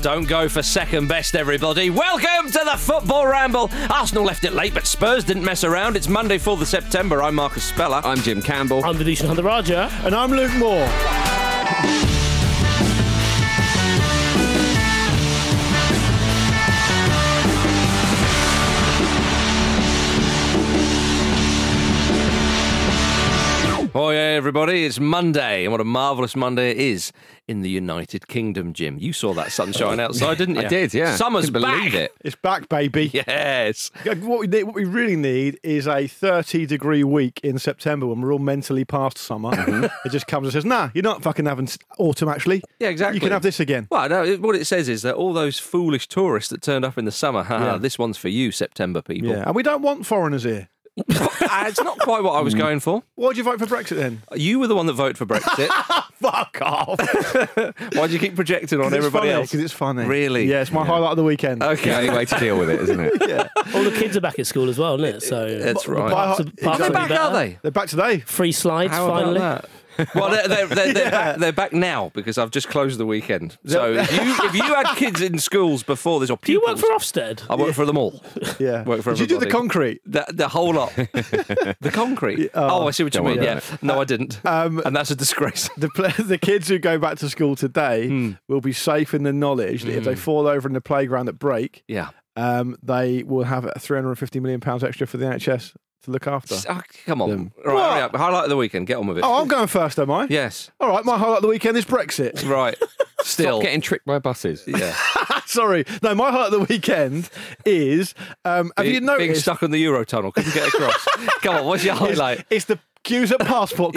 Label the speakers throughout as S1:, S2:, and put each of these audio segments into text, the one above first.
S1: Don't go for second best, everybody. Welcome to the Football Ramble. Arsenal left it late, but Spurs didn't mess around. It's Monday, 4th of September. I'm Marcus Speller.
S2: I'm Jim Campbell.
S3: I'm the decent Hunter Raja.
S4: And I'm Luke Moore.
S1: Oh, yeah, everybody. It's Monday, and what a marvellous Monday it is in the United Kingdom, Jim. You saw that sunshine outside, didn't you?
S2: I did, yeah.
S1: Summer's
S2: Couldn't believe
S1: back.
S2: it.
S4: It's back, baby.
S1: Yes.
S4: What we, need, what we really need is a 30 degree week in September when we're all mentally past summer.
S1: Mm-hmm.
S4: it just comes and says, nah, you're not fucking having s- autumn actually.
S1: Yeah, exactly.
S4: You can have this again.
S1: Well, no, it, what it says is that all those foolish tourists that turned up in the summer, haha, this one's for you, September people.
S4: Yeah. And we don't want foreigners here.
S1: Ah, it's not quite what I
S2: Mm.
S1: was going for.
S4: Why'd you vote for Brexit then?
S1: You were the one that voted for Brexit.
S4: Fuck off.
S1: Why do you keep projecting on everybody else?
S4: Because it's funny.
S1: Really? Oh.
S4: Yeah, it's my highlight of the weekend.
S1: Okay.
S2: The only way to deal with it, isn't it?
S3: All the kids are back at school as well, isn't it? So
S1: That's
S4: But- but
S1: right.
S4: by-
S3: Parts of- parts
S1: They're
S3: of it
S1: back,
S3: better.
S1: are they?
S4: They're back today.
S3: Free slides finally.
S1: that? well, they're, they're, they're, they're, back, they're back now because I've just closed the weekend. So if you, if you had kids in schools before this, or
S3: Do you
S1: pupils,
S3: work for Ofsted?
S1: I work for them all.
S4: Yeah.
S1: Work for
S4: Did you do the
S1: everybody.
S4: concrete?
S1: The, the whole lot. the concrete. oh, I see what you mean. Yeah. No, I didn't. and that's a disgrace.
S4: the pla the kids who go back to school today
S1: Hmm.
S4: will be safe in the knowledge that if they fall over in the playground at break,
S1: Yeah.
S4: um, they will have 350 million pounds extra for the NHS to look after.
S1: Oh, come on.
S4: Them.
S1: All right, hurry
S4: What?
S1: up. Highlight of the weekend. Get on with it.
S4: Oh, I'm going first, am I?
S1: Yes.
S4: All right, my highlight of the weekend is Brexit.
S1: Right. Still.
S2: Getting tricked by buses.
S1: yeah.
S4: Sorry, no, my highlight of the weekend is. Um, have
S1: Be-
S4: you
S1: Being
S4: noticed?
S1: stuck in the Euro tunnel. Couldn't get across. come on. What's your
S4: It's,
S1: highlight?
S4: it's the queues at passport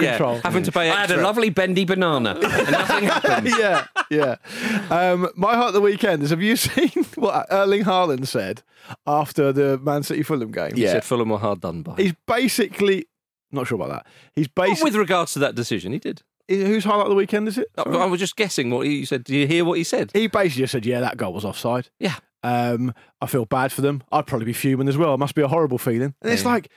S1: Yeah.
S4: control.
S1: Having to pay
S2: I had
S1: extra.
S2: a lovely bendy banana and nothing happened.
S4: yeah, yeah. Um, my heart of the weekend is have you seen what Erling Haaland said after the Man City Fulham game?
S1: He said Fulham were hard done by.
S4: He's basically not sure about that. He's
S1: Well,
S4: basically
S1: with Uh, regards to that decision, he did.
S4: whose highlight of the weekend is it?
S1: I- I was just guessing what he said. Do you hear what he said?
S4: He basically just said, "Yeah, that goal was offside."
S1: Yeah.
S4: Um, I feel bad for them. I'd probably be fuming as well. It must be a horrible feeling. And it's
S1: Yeah.
S4: like,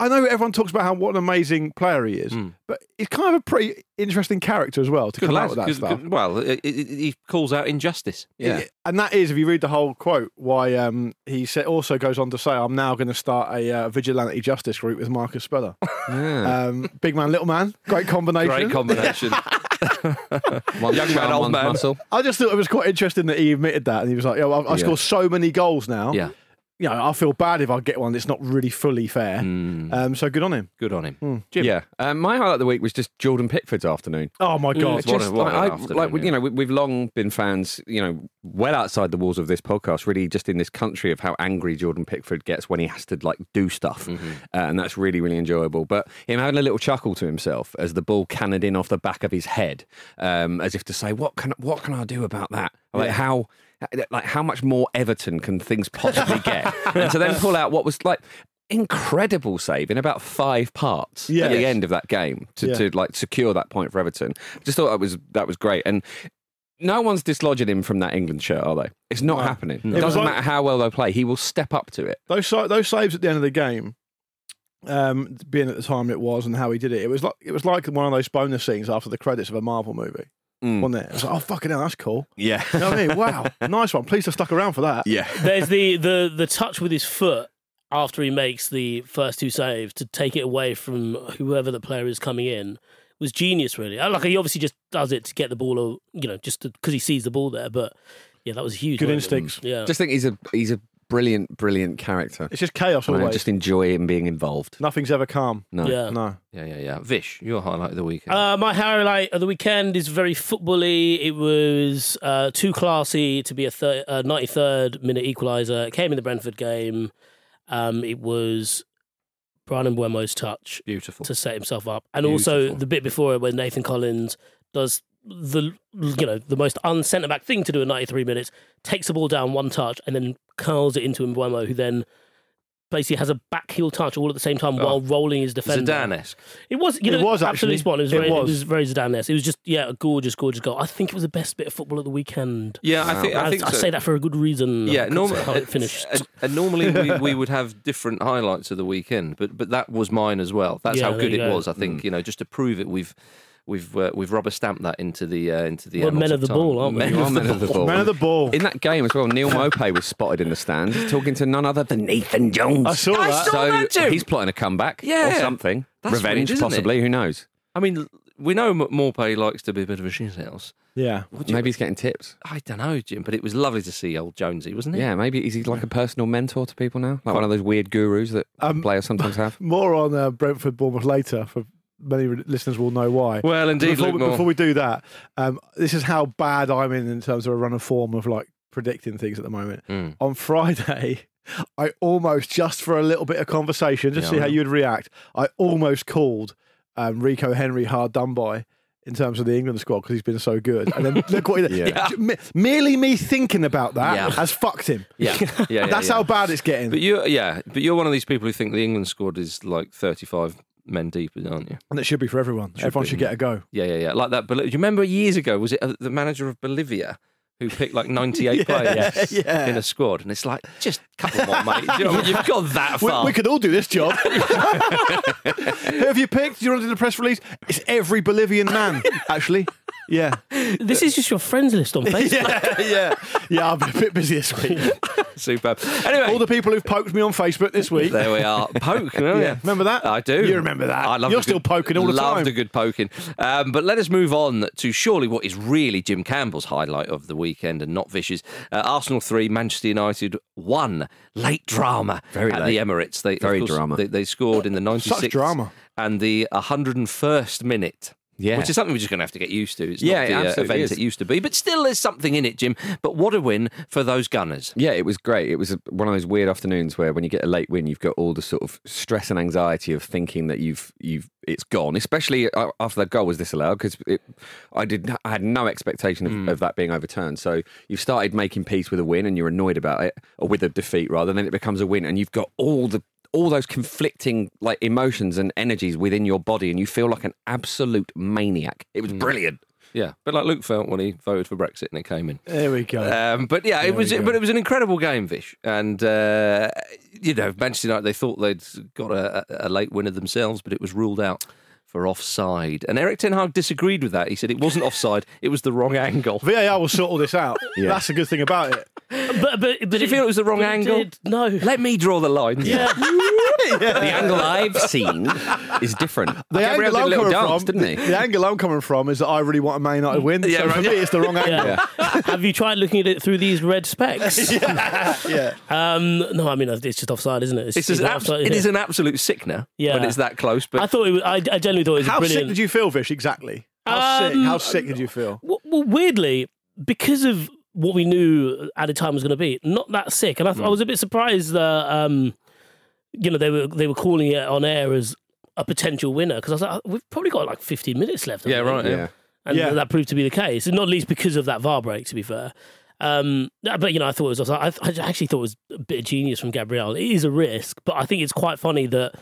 S4: I know everyone talks about how what an amazing player he is,
S1: Mm.
S4: but he's kind of a pretty interesting character as well to come out with that
S1: Good-
S4: stuff.
S1: good- well, i- i- i- he calls out injustice.
S2: Yeah.
S4: And that is, if you read the whole quote, why um, he sa also goes on to say, "I'm now going to start a uh, vigilante justice group with Marcus Speller,
S2: Yeah.
S4: um, big man, little man, great combination."
S1: Great combination.
S2: One
S1: Young man,
S2: charm,
S1: old
S2: one's
S1: man.
S2: muscle.
S4: I just thought it was quite interesting that he admitted that, and he was like, "Yo, I, I
S2: Yeah.
S4: score so many goals now.
S1: yeah.
S4: You know, I feel bad if I get one. It's not really fully fair.
S2: Hmm.
S1: Mm,
S4: Um, so good on him.
S1: good on him.
S4: Hmm.
S1: Jim.
S2: Yeah. Um, my highlight of the week was just Jordan Pickford's afternoon.
S4: Oh my god!
S2: It's
S1: what a-
S2: just
S1: what
S2: like,
S1: an
S2: I-
S1: afternoon,
S2: like, we-
S1: yeah.
S2: you know, we, we've long been fans, you know, well outside the walls of this podcast, really just in this country of how angry Jordan Pickford gets when he has to like do stuff, uh, and that's really really enjoyable. But him having a little chuckle to himself as the ball cannoned in off the back of his head, um, as if to say, "What can what can I do about that? Like how." Like how much more Everton can things possibly get? and to then pull out what was like incredible save in about five parts at the
S4: Yes.
S2: end of that game to,
S4: Yeah.
S2: to like secure that point for Everton. Just thought that was that was great, and no one's dislodging him from that England shirt, are they? It's not happening. It
S4: It was
S2: doesn't
S4: like-
S2: matter how well they play; he will step up to it.
S4: Those sa- those saves at the end of the game, um, being at the time it was and how he did it, it was like it was like one of those bonus scenes after the credits of a Marvel movie.
S2: Mm.
S4: Wasn't it? It was like, oh fucking hell, that's cool.
S2: Yeah,
S4: You know what I mean? Wow, nice one. Please have stuck around for that.
S2: yeah.
S3: There's the, the the touch with his foot after he makes the first two saves to take it away from whoever the player is coming in. was genius, really. Uh, Like he obviously just does it to get the ball, or you know, just because he sees the ball there. But yeah, that was huge.
S4: Good
S3: wasn't it?
S4: instincts.
S3: Yeah.
S2: Just think he's a he's a brilliant, brilliant character.
S4: It's just chaos
S2: And I
S4: always.
S2: just enjoy him being involved.
S4: Nothing's ever calm.
S2: No.
S3: yeah.
S4: No.
S1: Yeah, yeah, yeah. Vish, your highlight of the weekend.
S3: Uh, my highlight of the weekend is very footbally. It was uh, too classy to be a thir- uh, 93rd minute equaliser. It came in the Brentford game. Um, it was Brian Mbuemo's touch
S1: Beautiful.
S3: to set himself up, and also
S1: Beautiful.
S3: the bit before it where Nathan Collins does the you know the most uncentre back thing to do in 93 minutes, takes the ball down one touch and then curls it into Mbuemo, who then basically has a back heel touch all at the same time
S1: Oh.
S3: while rolling his defender.
S1: Zidane-esque.
S3: It was, you
S4: It
S3: know,
S4: was
S3: absolutely
S4: actually.
S3: spot. on. It was
S4: It
S3: very, it
S4: was.
S3: was very Zidane-esque. It was just, yeah, a gorgeous, gorgeous goal. I think it was the best bit of football of the weekend.
S1: Yeah, I think I
S3: I,
S1: think
S3: I
S1: so.
S3: say that for a good reason.
S1: Yeah,
S3: That's
S1: normally
S3: how it finished.
S1: And, and normally we, we would have different highlights of the weekend, but but that was mine as well. That's
S3: Yeah,
S1: how
S3: there
S1: good
S3: you
S1: it
S3: go. Mm.
S1: was. I think you know just to prove it, we've we've uh, we've rubber stamped that into the uh, into the
S3: We're
S1: annals
S3: men of the ball,
S1: time.
S3: aren't we?
S1: Men
S3: You
S2: You
S1: of
S2: are
S1: the
S2: man of the ball.
S4: Man of the
S1: Oh.
S4: ball.
S2: In that game as well, Neil Mopay was spotted in the stand talking to none other than Nathan Jones.
S4: I saw
S1: I
S4: that.
S1: saw-
S2: so
S1: that too.
S2: he's plotting a comeback
S1: Yeah.
S2: or something.
S1: That's weird,
S2: Revenge,
S1: isn't it?
S2: possibly. Who knows?
S1: I mean, we know M- Morpay likes to be a bit of a shithouse.
S4: yeah.
S2: Maybe he's getting tips.
S1: I don't know, Jim, but it was lovely to see old Jonesy, wasn't it?
S2: Yeah, maybe is he like a personal mentor to people now? Like one of those weird gurus that
S4: Um,
S2: players sometimes have?
S4: More on uh, Brentford Bournemouth later. For many re- listeners will know why.
S1: Well, indeed,
S4: before,
S1: Luke
S4: we,
S1: Moore.
S4: before we do that, um, this is how bad I'm in in terms of a run of form of like predicting things at the moment.
S1: Mm.
S4: On Friday, I almost just for a little bit of conversation, just
S1: Yeah,
S4: see
S1: I
S4: how
S1: know.
S4: you would react. I almost called um, Rico Henry hard done by. In terms of the England squad, because he's been so good, and then look what he did.
S2: Yeah.
S4: Me- merely me thinking about that
S1: Yeah.
S4: has fucked him.
S1: yeah, yeah, yeah,
S4: That's
S1: yeah.
S4: how bad it's getting.
S1: But you, yeah, but you're one of these people who think the England squad is like 35 men deep, aren't you?
S4: And it should be for everyone. everyone
S1: be.
S4: should get a go.
S1: Yeah, yeah, yeah. Like that. Bol- Do you remember years ago? Was it uh, the manager of Bolivia who picked like 98 players
S4: yeah.
S1: in a squad? And it's like, just come on, mate. Do you know what I mean? You've got that
S4: We,
S1: far.
S4: we could all do this job. Who have you picked? Do you want to do the press release? It's every Bolivian man, actually. Yeah.
S3: this is just your friends list on Facebook.
S4: yeah. Yeah, I've been a bit busy this week.
S1: Superb. Anyway,
S4: All the people who've poked me on Facebook this week.
S1: there we are. Poke. don't you?
S4: Remember that?
S1: I do.
S4: You remember that.
S1: I love
S4: You're
S1: a
S4: still
S1: good-
S4: poking all the
S1: Loved
S4: time.
S1: a good poking. Um, but let us move on to surely what is really Jim Campbell's highlight of the weekend and not Vish's. Uh, Arsenal 3, Manchester United 1. Late drama
S2: Very
S1: at
S2: late.
S1: the Emirates. They, of
S2: Very
S1: course,
S2: drama.
S1: They, they scored in the 96th
S4: drama.
S1: and the 101st minute.
S2: Yeah.
S1: Which is something we're just going to have to get used to. It's
S2: Yeah, it
S1: not the uh,
S2: absolutely
S1: event
S2: is.
S1: it used to be, but still there's something in it, Jim. But what a win for those Gunners.
S2: Yeah, it was great. It was a- one of those weird afternoons where when you get a late win, you've got all the sort of stress and anxiety of thinking that you've you've it's gone. Especially a- after that goal was disallowed because I did I had no expectation of,
S1: Hmm.
S2: of that being overturned. So you've started making peace with a win and you're annoyed about it or with a defeat rather. Then it becomes a win and you've got all the all those conflicting like emotions and energies within your body and you feel like an absolute maniac. It was brilliant.
S1: Hmm. Yeah, but like Luke felt when he voted for Brexit and it came in.
S4: There we go.
S1: Um, but yeah, it was. But it was an incredible game, Vish, and uh, you know Manchester United. They thought they'd got a, a late winner themselves, but it was ruled out for offside. And Eric Ten Hag disagreed with that. He said it wasn't offside; it was the wrong angle.
S4: VAR will sort all this out.
S2: Yeah.
S4: That's the good thing about it.
S3: But, but, but
S1: Did you feel it was the wrong
S3: but
S1: angle?
S3: did- No.
S1: Let me draw the line.
S3: Yeah.
S2: The angle I've seen is different.
S4: The
S2: Gabriel
S4: angle,
S2: did a
S4: I'm
S2: little
S4: coming
S2: dance,
S4: from,
S2: didn't he?
S4: the angle I'm coming from is that I really want a Man United win.
S1: Yeah,
S4: so
S1: right.
S4: for me, it's the wrong angle.
S3: Yeah. Have you tried looking at it through these red specs?
S4: Yeah.
S3: Um, no, I mean it's just offside, isn't it? It's,
S1: It's an
S3: not
S1: abs-
S3: offside,
S1: it
S3: yeah.
S1: is an absolute sickener
S3: Yeah.
S1: when it's that close. But
S3: I thought it was. I, I generally thought it was a
S4: How
S3: brilliant.
S4: sick did you feel, Vish, exactly? How sick?
S3: Um,
S4: How sick did you feel?
S3: Well, well, weirdly, because of what we knew at the time was going to be, not that sick, and I, th-
S1: Hmm.
S3: I was a bit surprised that um, you know they were they were calling it on air as a potential winner because I was like, we've probably got like 15 minutes left.
S1: yeah,
S3: haven't we?"
S1: right. Yeah.
S3: and
S4: Yeah.
S3: that proved to be the case, and not least because of that VAR break. To be fair, um, yeah, but you know, I thought it was. I, th- I actually thought it was a bit of genius from Gabriel. It is a risk, but I think it's quite funny that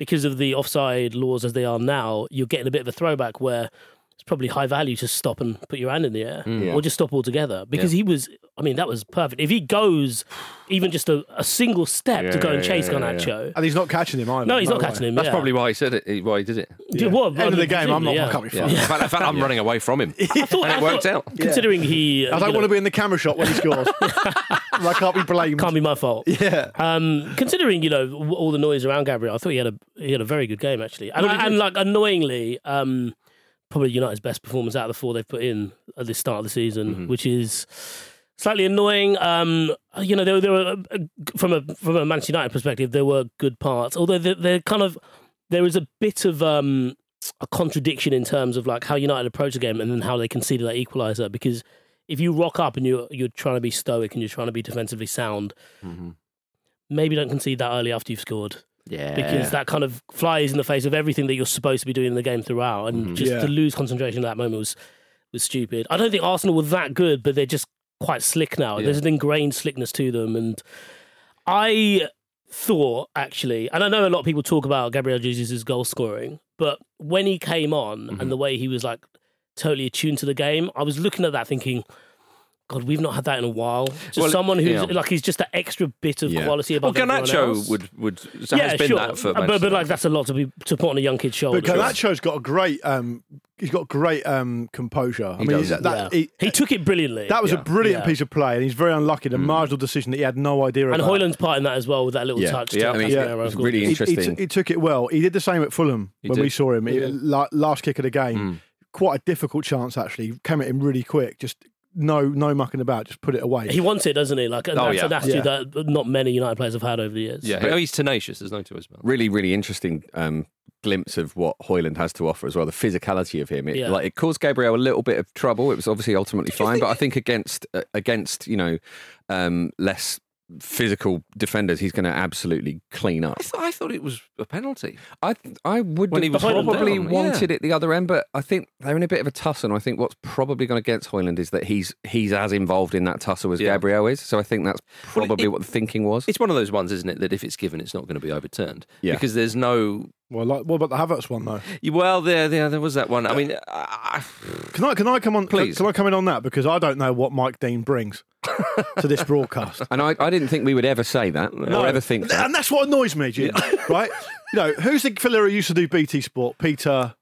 S3: because of the offside laws as they are now, you're getting a bit of a throwback where it's probably high value to stop and put your hand in the air,
S1: Mm.
S3: or just stop altogether. Because he was, I mean, that was perfect. If he goes even just a, a single step to go and chase Garnacho.
S4: And he's not catching him either.
S3: No, he's not catching him.
S1: That's
S3: yeah.
S1: probably why he said it. Why he did it.
S3: Yeah, what-
S4: End of the game, I'm not.
S3: presumably,
S4: I can't be
S1: Yeah.
S4: fucked.
S1: In fact, in fact, I'm running away from him.
S3: I thought,
S1: And it
S3: I
S1: worked
S3: thought-
S1: out. Yeah.
S3: Considering he, uh,
S4: I
S3: you
S4: don't
S3: know,
S4: want to be in the camera shot when he scores. I can't be blamed.
S3: can't be my fault.
S4: Yeah.
S3: Um, considering you know w- all the noise around Gabriel, I thought he had a he had a very good game actually, and, and like annoyingly, um, probably United's best performance out of the four they've put in at the start of the season, which is slightly annoying. Um, you know, there, there were uh, from a from a Manchester United perspective, there were good parts, although they're, they're kind of there is a bit of um, a contradiction in terms of like how United approach the game and then how they conceded that equaliser because. If you rock up and you're you're trying to be stoic and you're trying to be defensively sound, maybe don't concede that early after you've scored
S1: Yeah.
S3: because that kind of flies in the face of everything that you're supposed to be doing in the game throughout, and just
S4: Yeah.
S3: to lose concentration at that moment was was stupid. I don't think Arsenal were that good, but they're just quite slick now. There's an ingrained slickness to them, and I thought actually, and I know a lot of people talk about Gabriel Jesus' goal scoring, but when he came on
S1: Mm-hmm.
S3: and the way he was like totally attuned to the game, I was looking at that thinking. God, we've not had that in a while. Just
S1: Well,
S3: someone who's
S1: yeah.
S3: like he's just that extra bit of
S2: Yeah.
S3: quality
S1: Well,
S3: above everyone else Uh,
S1: Garnacho would would so has been that
S4: Uh,
S1: for Manchester
S3: but, but like
S1: United.
S3: that's a lot to be to put on a young kid's shoulder.
S4: But Garnacho's got a great, um, he's got great um, composure. I
S1: He
S4: mean,
S1: does.
S4: that, that,
S3: Yeah.
S4: he,
S3: he took it brilliantly.
S4: that was
S1: Yeah.
S4: a brilliant
S3: Yeah.
S4: piece of play, and he's very unlucky. The marginal decision that he had no idea
S3: and
S4: about.
S3: Hoyland's part in that as well with that little
S2: Yeah.
S3: touch.
S1: Yeah.
S3: to
S1: I mean,
S3: Casemiro,
S4: yeah,
S3: of
S2: it's
S3: course.
S2: really
S4: He- he t-
S2: interesting.
S4: He, took it well. He did the same at Fulham when
S1: did.
S4: we saw him. He- la- last kick of the game, quite a difficult chance actually. Came at him really quick. Just no, no mucking about. Just put it away.
S3: He wants it, doesn't he? Like and
S1: Oh,
S3: that's
S1: yeah.
S3: an attitude
S4: Yeah.
S3: that not many United players have had over the years.
S1: yeah, oh, he's tenacious. There's no two ways about that.
S2: really, really interesting um, glimpse of what Hoyland has to offer as well. The physicality of him, it,
S3: Yeah.
S2: like it caused Gabriel a little bit of trouble. It was obviously ultimately fine, but I think against uh, against you know um, less physical defenders, he's going to absolutely clean up.
S1: I, th- I thought it was a penalty.
S2: I I would
S1: When
S2: have
S1: he was Hoyland
S2: probably
S1: down, yeah.
S2: wanted it the other end, but I think they're in a bit of a tussle. And I think what's probably gone against Hoyland is that he's he's as involved in that tussle as
S1: Yeah.
S2: Gabriel is. So I think that's
S1: Well, it-
S2: probably what the thinking was.
S1: It's one of those ones, isn't it? That if it's given, it's not going to be overturned.
S2: Yeah.
S1: Because there's no.
S4: well, like, what about the Havertz one though?
S1: Well, there, there, there was that one. I mean, uh,
S4: Can I, can I come on? can-
S1: Please.
S4: Can, I come in on that because I don't know what Mike Dean brings to this broadcast.
S2: And I, I didn't think we would ever say that or ever think that.
S4: And that's what annoys me, Jim. Right? You know, who's the fella who used to do BT Sport? Peter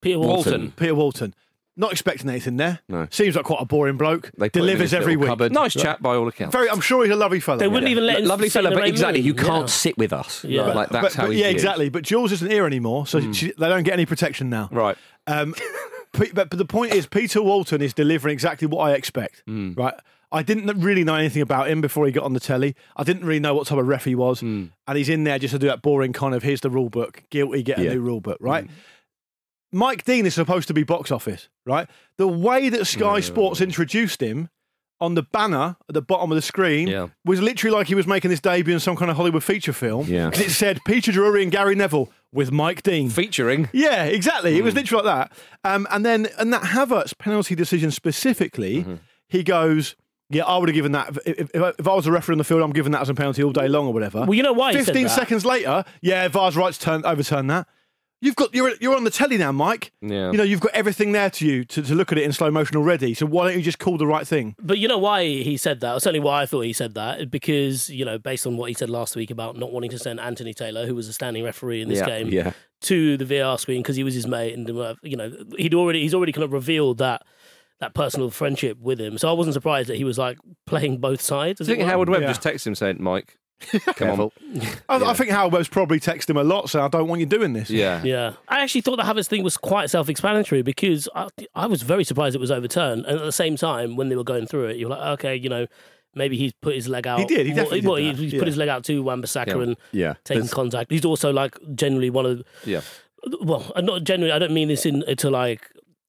S3: Peter Walton.
S1: Walton.
S4: Peter Walton. Not expecting anything there.
S2: No.
S4: Seems like quite a boring bloke.
S2: They put him in his
S4: Delivers every
S2: little
S4: week.
S2: cupboard.
S1: nice chat by all accounts.
S4: Very, I'm sure he's a lovely fella.
S3: They wouldn't even let him
S2: Lovely
S3: sit in
S2: fella,
S3: their
S2: but
S3: own
S2: exactly,
S3: room.
S2: you
S3: Yeah.
S2: can't sit with us.
S3: Yeah.
S2: Like
S4: But-
S2: that's
S4: but-
S2: how
S4: but
S2: he Hmm.
S4: yeah,
S2: viewed.
S4: exactly. But Jules isn't here anymore, so she, they don't get any protection now.
S1: Right.
S4: Um, Pe- but, but the point is, Peter Walton is delivering exactly what I expect.
S2: Hmm.
S4: Right. I didn't really know anything about him before he got on the telly. I didn't really know what type of ref he was,
S2: Hmm.
S4: and he's in there just to do that boring kind of here's the rule book, guilty, get a
S2: Yeah. Hmm.
S4: new rule book, right? Mike Dean is supposed to be box office, right? The way that Sky Sports introduced him on the banner at the bottom of the screen
S1: Yeah.
S4: was literally like he was making his debut in some kind of Hollywood feature film.
S2: Yeah.
S4: 'Cause it said Peter Drury and Gary Neville with Mike Dean.
S1: Featuring.
S4: Yeah, exactly.
S3: Hmm.
S4: It was literally like that. Um, and then, and that Havertz penalty decision specifically,
S3: Mm-hmm.
S4: he goes, "Yeah, I would have given that if, if, if I- if I was a referee on the field. I'm giving that as a penalty all day long or whatever."
S3: Well, you know why he said
S4: Fifteen
S3: that?
S4: seconds later, yeah, VAR's rights turn overturn that. You've got you're you're on the telly now, Mike.
S1: Yeah.
S4: You know you've got everything there to you to, to look at it in slow motion already. So why don't you just call the right thing?
S3: But you know why he said that, or certainly why I thought he said that, because, you know, based on what he said last week about not wanting to send Anthony Taylor, who was a standing referee in this
S2: Yeah,
S3: game,
S2: yeah.
S3: to the VR screen because he was his mate and, uh, you know, he'd already, he's already kind of revealed that, that personal friendship with him. So I wasn't surprised that he was like playing both sides.
S1: I
S3: as it
S1: think
S3: were.
S1: Howard Webb
S4: Yeah.
S1: just texted him saying, Mike, come on.
S4: I, I think Howard Webb's probably texted him a lot, saying, "I don't want you doing this."
S1: Yeah.
S3: Yeah, I actually thought the Havertz thing was quite self-explanatory because I, I was very surprised it was overturned. And at the same time, when they were going through it, you were like, okay, you know, maybe he's put his leg out.
S4: did, he
S3: Well,
S4: definitely did
S3: Well,
S4: that,
S3: he's
S4: yeah.
S3: put his leg out to Wan-Bissaka
S1: Yeah.
S3: and
S2: Yeah.
S3: taking
S2: There's-
S3: contact. He's also like generally one of,
S1: Yeah.
S3: well, uh, not generally. I don't mean this in to like,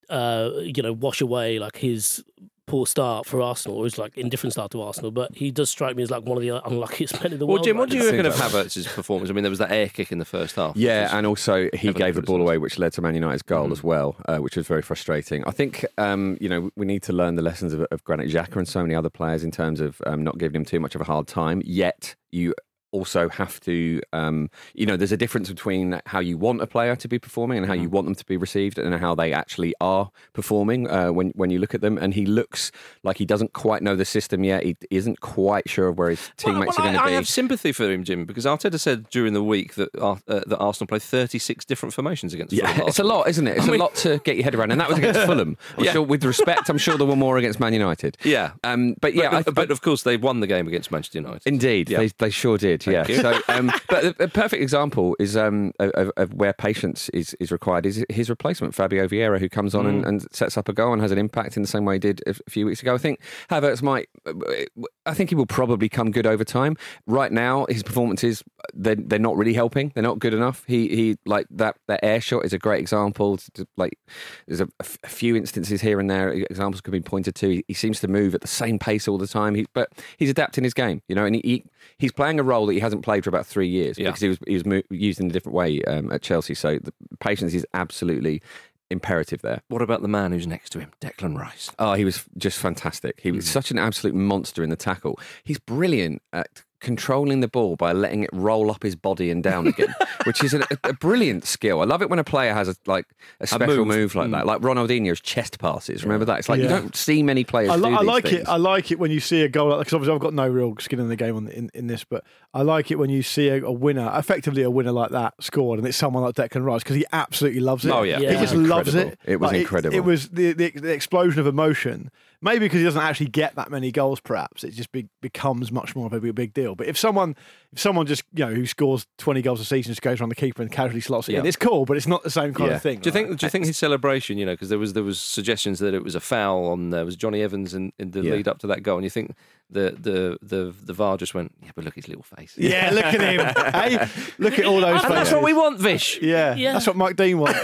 S3: uh, you know, wash away like his poor start for Arsenal or his like indifferent start to Arsenal. But he does strike me as like one of the unluckiest men in the
S1: Well,
S3: world.
S1: Jim,
S3: right
S1: what do you
S3: now.
S1: reckon of Havertz's performance? I mean, there was that air kick in the first half.
S2: Yeah, and also he
S1: heavily
S2: gave the ball
S1: criticised.
S2: away, which led to Man United's goal
S1: Mm.
S2: as well, uh, which was very frustrating. I think um, you know we need to learn the lessons of, of Granit Xhaka and so many other players in terms of um, not giving him too much of a hard time. Yet you also have to, um, you know, there's a difference between how you want a player to be performing and how
S1: Mm.
S2: you want them to be received, and how they actually are performing uh, when when you look at them. And he looks like he doesn't quite know the system yet. He isn't quite sure of where his teammates
S1: Well,
S2: are going to
S1: I,
S2: be.
S1: I have sympathy for him, Jim, because Arteta said during the week that Ar- uh, that Arsenal played 36 different formations against. Fulham
S2: Yeah,
S1: last
S2: it's a
S1: week.
S2: lot, isn't it? It's
S1: I mean-
S2: a lot to get your head around, and that was against Fulham. I'm
S1: Yeah.
S2: sure, with respect, I'm sure there were more against Man United.
S1: Yeah.
S2: um, but yeah,
S1: but,
S2: I,
S1: but of course they won the game against Manchester United.
S2: indeed,
S1: Yeah.
S2: they, they sure did. did, yeah.
S1: you.
S2: So, um, but a, a perfect example is um, of, of where patience is, is required is his replacement, Fabio Vieira, who comes on
S1: Mm.
S2: and, and sets up a goal and has an impact in the same way he did a f- a few weeks ago. I think Havertz might, uh, I think he will probably come good over time. Right now, his performances they're, they're not really helping. They're not good enough. He he like that that air shot is a great example. It's just, Like there's a, a f- a few instances here and there examples could be pointed to. He, he seems to move at the same pace all the time. He, but he's adapting his game, you know, and he, he he's playing a role that he hasn't played for about three years
S1: Yeah.
S2: because he was he was mo- used in a different way um, at Chelsea. So the patience is absolutely imperative there.
S1: What about the man who's next to him, Declan Rice?
S2: Oh, he was just fantastic. He
S4: Mm.
S2: was such an absolute monster in the tackle. He's brilliant at controlling the ball by letting it roll up his body and down again, which is a, a brilliant skill. I love it when a player has a like a special
S1: move.
S2: move. like that, like Ronaldinho's chest passes. Remember that? It's like you
S4: Mm. Yeah.
S2: don't see many players.
S4: I,
S2: do
S4: li- I
S2: these
S4: like
S2: things.
S4: it. I like it when you see a goal like because obviously I've got no real skin in the game on, in in this, but I like it when you see a, a winner, effectively a winner like that scored, and it's someone like Declan Rice because he absolutely loves it.
S2: Oh, yeah.
S3: Yeah.
S4: he just
S2: It was
S4: loves it.
S2: incredible. It was
S4: Like,
S2: incredible.
S4: It, was the, the the explosion of emotion. Maybe because he doesn't actually get that many goals, perhaps it just be, becomes much more of a big, big deal. But if someone, if someone just you know who scores twenty goals a season just goes around the keeper and casually slots it
S1: Yeah.
S4: in, it's cool, but it's not the same kind
S2: Yeah.
S4: of thing.
S1: Do you
S4: right?
S1: think? Do you think his celebration? You know, because there was there was suggestions that it was a foul on there was Johnny Evans in, in the
S2: Yeah.
S1: lead up to that goal, and you think the the the the VAR just went, yeah, but look his little face.
S4: Yeah, look at him. hey, look at all those.
S1: and that's
S4: faces.
S1: what we want, Vish.
S4: Yeah,
S3: Yeah.
S4: that's what Mike Dean wants.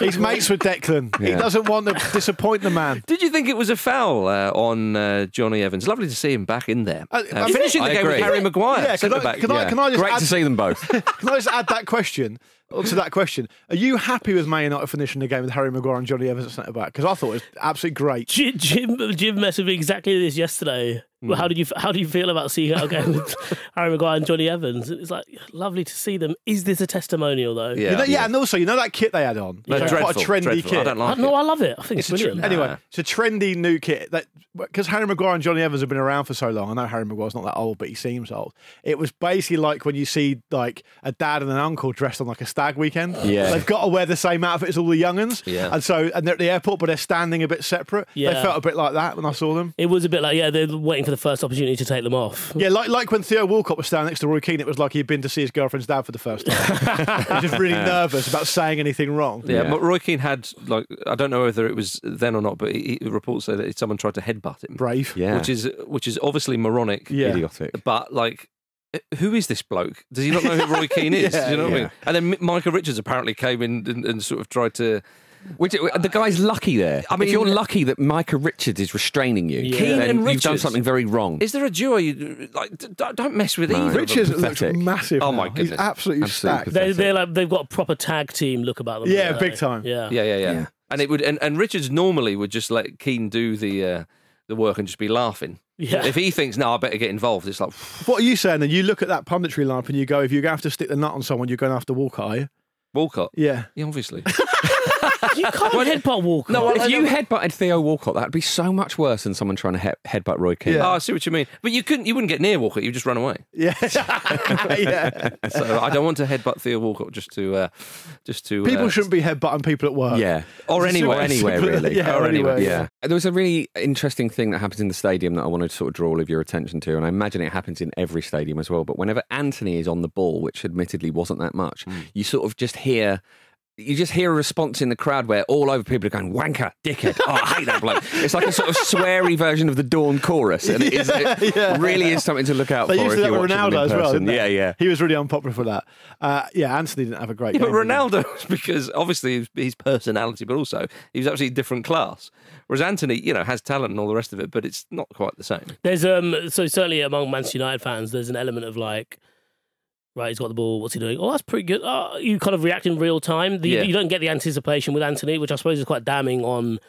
S4: He's mates with Declan. He
S2: Yeah.
S4: doesn't want to disappoint the man.
S1: Did you think it was a foul uh, on uh, Johnny Evans? Lovely to see him back in there,
S4: I-
S1: uh,
S4: I-
S1: finishing the
S2: I
S1: game with
S2: agree.
S1: Harry Maguire,
S4: Yeah,
S1: centre
S4: could I-
S1: back.
S4: could I-
S1: yeah.
S4: can I just
S2: Great
S4: add-
S2: to see them both.
S4: Can I just add that question uh, to that question? Are you happy with Man United finishing the game with Harry Maguire and Johnny Evans at centre back? Because I thought it was absolutely great.
S3: Jim, Jim, Jim messaged me exactly this yesterday. Well,
S1: Hmm.
S3: how did you how do you feel about seeing out game with Harry Maguire and Johnny Evans? And It's like lovely to see them. Is this a testimonial though?
S1: Yeah.
S4: You know- yeah. and also you know that kit they had on.
S1: No,
S4: It's
S1: dreadful,
S4: quite a trendy
S1: dreadful.
S4: kit.
S1: I don't
S3: I,
S1: like
S3: no,
S1: it.
S3: I love it. I think
S1: It's
S3: it's,
S1: a tr-
S3: brilliant.
S1: Nah.
S4: Anyway, it's a trendy new kit that because Harry Maguire and Johnny Evans have been around for so long. I know Harry Maguire's not that old, but he seems old. It was basically like when you see like a dad and an uncle dressed on like a stag weekend.
S2: Yeah.
S4: they've got to wear the same outfit as all the younguns.
S1: Yeah.
S4: and so and they're at the airport, but they're standing a bit separate. they
S3: Yeah.
S4: felt a bit like that when I saw them.
S3: It was a bit like yeah, they're waiting for the first opportunity to take them off.
S4: Yeah, like like when Theo Walcott was standing next to Roy Keane, it was like he'd been to see his girlfriend's dad for the first time. he was just really nervous about saying anything wrong.
S1: Yeah,
S2: Yeah.
S1: but Roy Keane had like I don't know whether it was then or not, but he, he- reports say that someone tried to headbutt him,
S4: Brave.
S2: Yeah.
S1: which is which is obviously moronic.
S4: Yeah.
S2: Idiotic.
S1: But like, who is this bloke? Does he not know who Roy Keane is? Do you know what I mean? And then M- Micah Richards apparently came in and, and sort of tried to.
S2: Which uh, the guy's lucky there.
S1: I
S2: I mean,
S1: mean-
S2: if you're lucky that Micah Richards is restraining you,
S3: Keane
S2: then
S1: and
S2: you've done
S1: Richards.
S2: something very wrong.
S1: Is there a duo? You like? d- d- Don't mess with
S2: No.
S1: either. of them.
S4: Richards looks
S2: Pathetic.
S4: massive.
S1: Oh, my
S4: now. He's
S1: goodness.
S4: absolutely,
S2: Absolutely
S4: stacked.
S2: pathetic.
S3: They, they're like they've got a proper tag team look about them.
S4: Yeah,
S3: don't
S4: big
S3: they?
S4: time.
S3: Yeah,
S1: Yeah, yeah, yeah,
S2: Yeah.
S1: And it would, and, and Richards normally would just let Keane do the uh, the work and just be laughing.
S3: Yeah.
S1: If he thinks, no, I better get involved, it's like,
S4: What are you saying? Then you look at that punditry lineup and you go, if you're going to have to stick the nut on someone, you're going to have to walk, are you?
S1: Walcott.
S4: Yeah.
S1: Yeah, obviously.
S3: You can't headbutt Walker.
S1: No,
S2: if
S1: Oh, I
S2: you
S1: know-
S2: headbutted Theo Walcott, that'd be so much worse than someone trying to he- headbutt Roy Keane.
S1: Oh, I see what you mean. But you couldn't, you wouldn't get near Walcott. You just run away.
S4: Yeah. yeah.
S1: So I don't want to headbutt Theo Walcott just to, uh, just to.
S4: People
S1: uh,
S4: shouldn't be headbutting people at work.
S2: Yeah.
S1: Oh. Or
S4: It's
S1: anywhere.
S4: super-
S2: anywhere,
S4: super-
S2: really.
S4: Yeah,
S1: Or anywhere,
S4: anywhere,
S2: Yeah. There was a really interesting thing that happens in the stadium that I want to sort of draw all of your attention to, and I imagine it happens in every stadium as well. But whenever Anthony is on the ball, which admittedly wasn't that much,
S1: Hmm.
S2: you sort of just hear. You just hear a response in the crowd where all over people are going wanker, dickhead. Oh, I hate that bloke. It's like a sort of sweary version of the Dawn chorus, and it, is, it really is something to look out
S4: They
S2: for.
S4: used
S2: if
S4: to that
S2: you're
S4: with
S2: watching them in
S4: Ronaldo as well,
S2: person.
S4: didn't they?
S2: Yeah, yeah.
S4: He was really unpopular for that. Uh, yeah, Anthony didn't have a great
S1: Yeah, but
S4: game, did he?
S1: Ronaldo was because obviously his- his personality, but also he was absolutely different class. Whereas Anthony, you know, has talent and all the rest of it, but it's not quite the same.
S3: There's um so certainly among Manchester United fans, there's an element of like, right, he's got the ball, what's he doing? Oh, that's pretty good. Oh, you kind of react in real time. The,
S1: Yeah.
S3: You don't get the anticipation with Anthony, which I suppose is quite damning on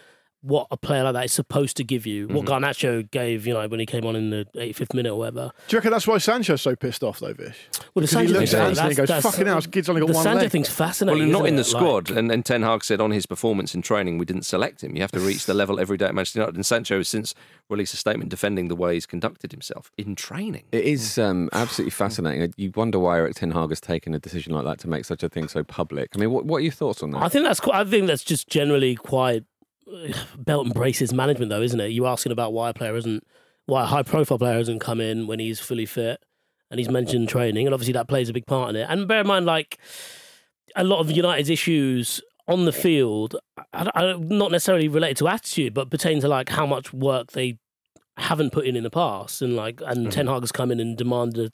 S3: what a player like that is supposed to give you. What
S1: Mm-hmm.
S3: Garnacho gave, you know, when he came on in the 85th minute or whatever.
S4: Do you reckon that's why Sancho's so pissed off though, Vish?
S3: Well, the
S4: Because he
S3: Sancho
S4: looks
S3: thing,
S4: at Anthony and
S3: that's-
S4: goes,
S3: that's-
S4: "Fucking hell, this kid's only got
S3: the
S4: one
S3: Sancho
S4: leg."
S3: thing's
S1: Well,
S3: fascinating.
S1: not
S3: isn't
S1: in the
S3: it? Like-
S1: squad. And, and Ten Hag said on his performance in training, we didn't select him. You have to reach the level every day at Manchester United. And Sancho has since released a statement defending the way he's conducted himself in training.
S2: It is um, absolutely fascinating. You wonder why Eric Ten Hag has taken a decision like that to make such a thing so public. I mean, what, what are your thoughts on that?
S3: I think that's quite, I think that's just generally quite uh, belt and braces management, though, isn't it? You asking about why a player isn't, why a high profile player hasn't come in when he's fully fit, and he's mentioned training, and obviously that plays a big part in it. And bear in mind, like a lot of United's issues on the field, I, I, not necessarily related to attitude, but pertain to like how much work they haven't put in in the past, and like and Ten Hag has come in and demanded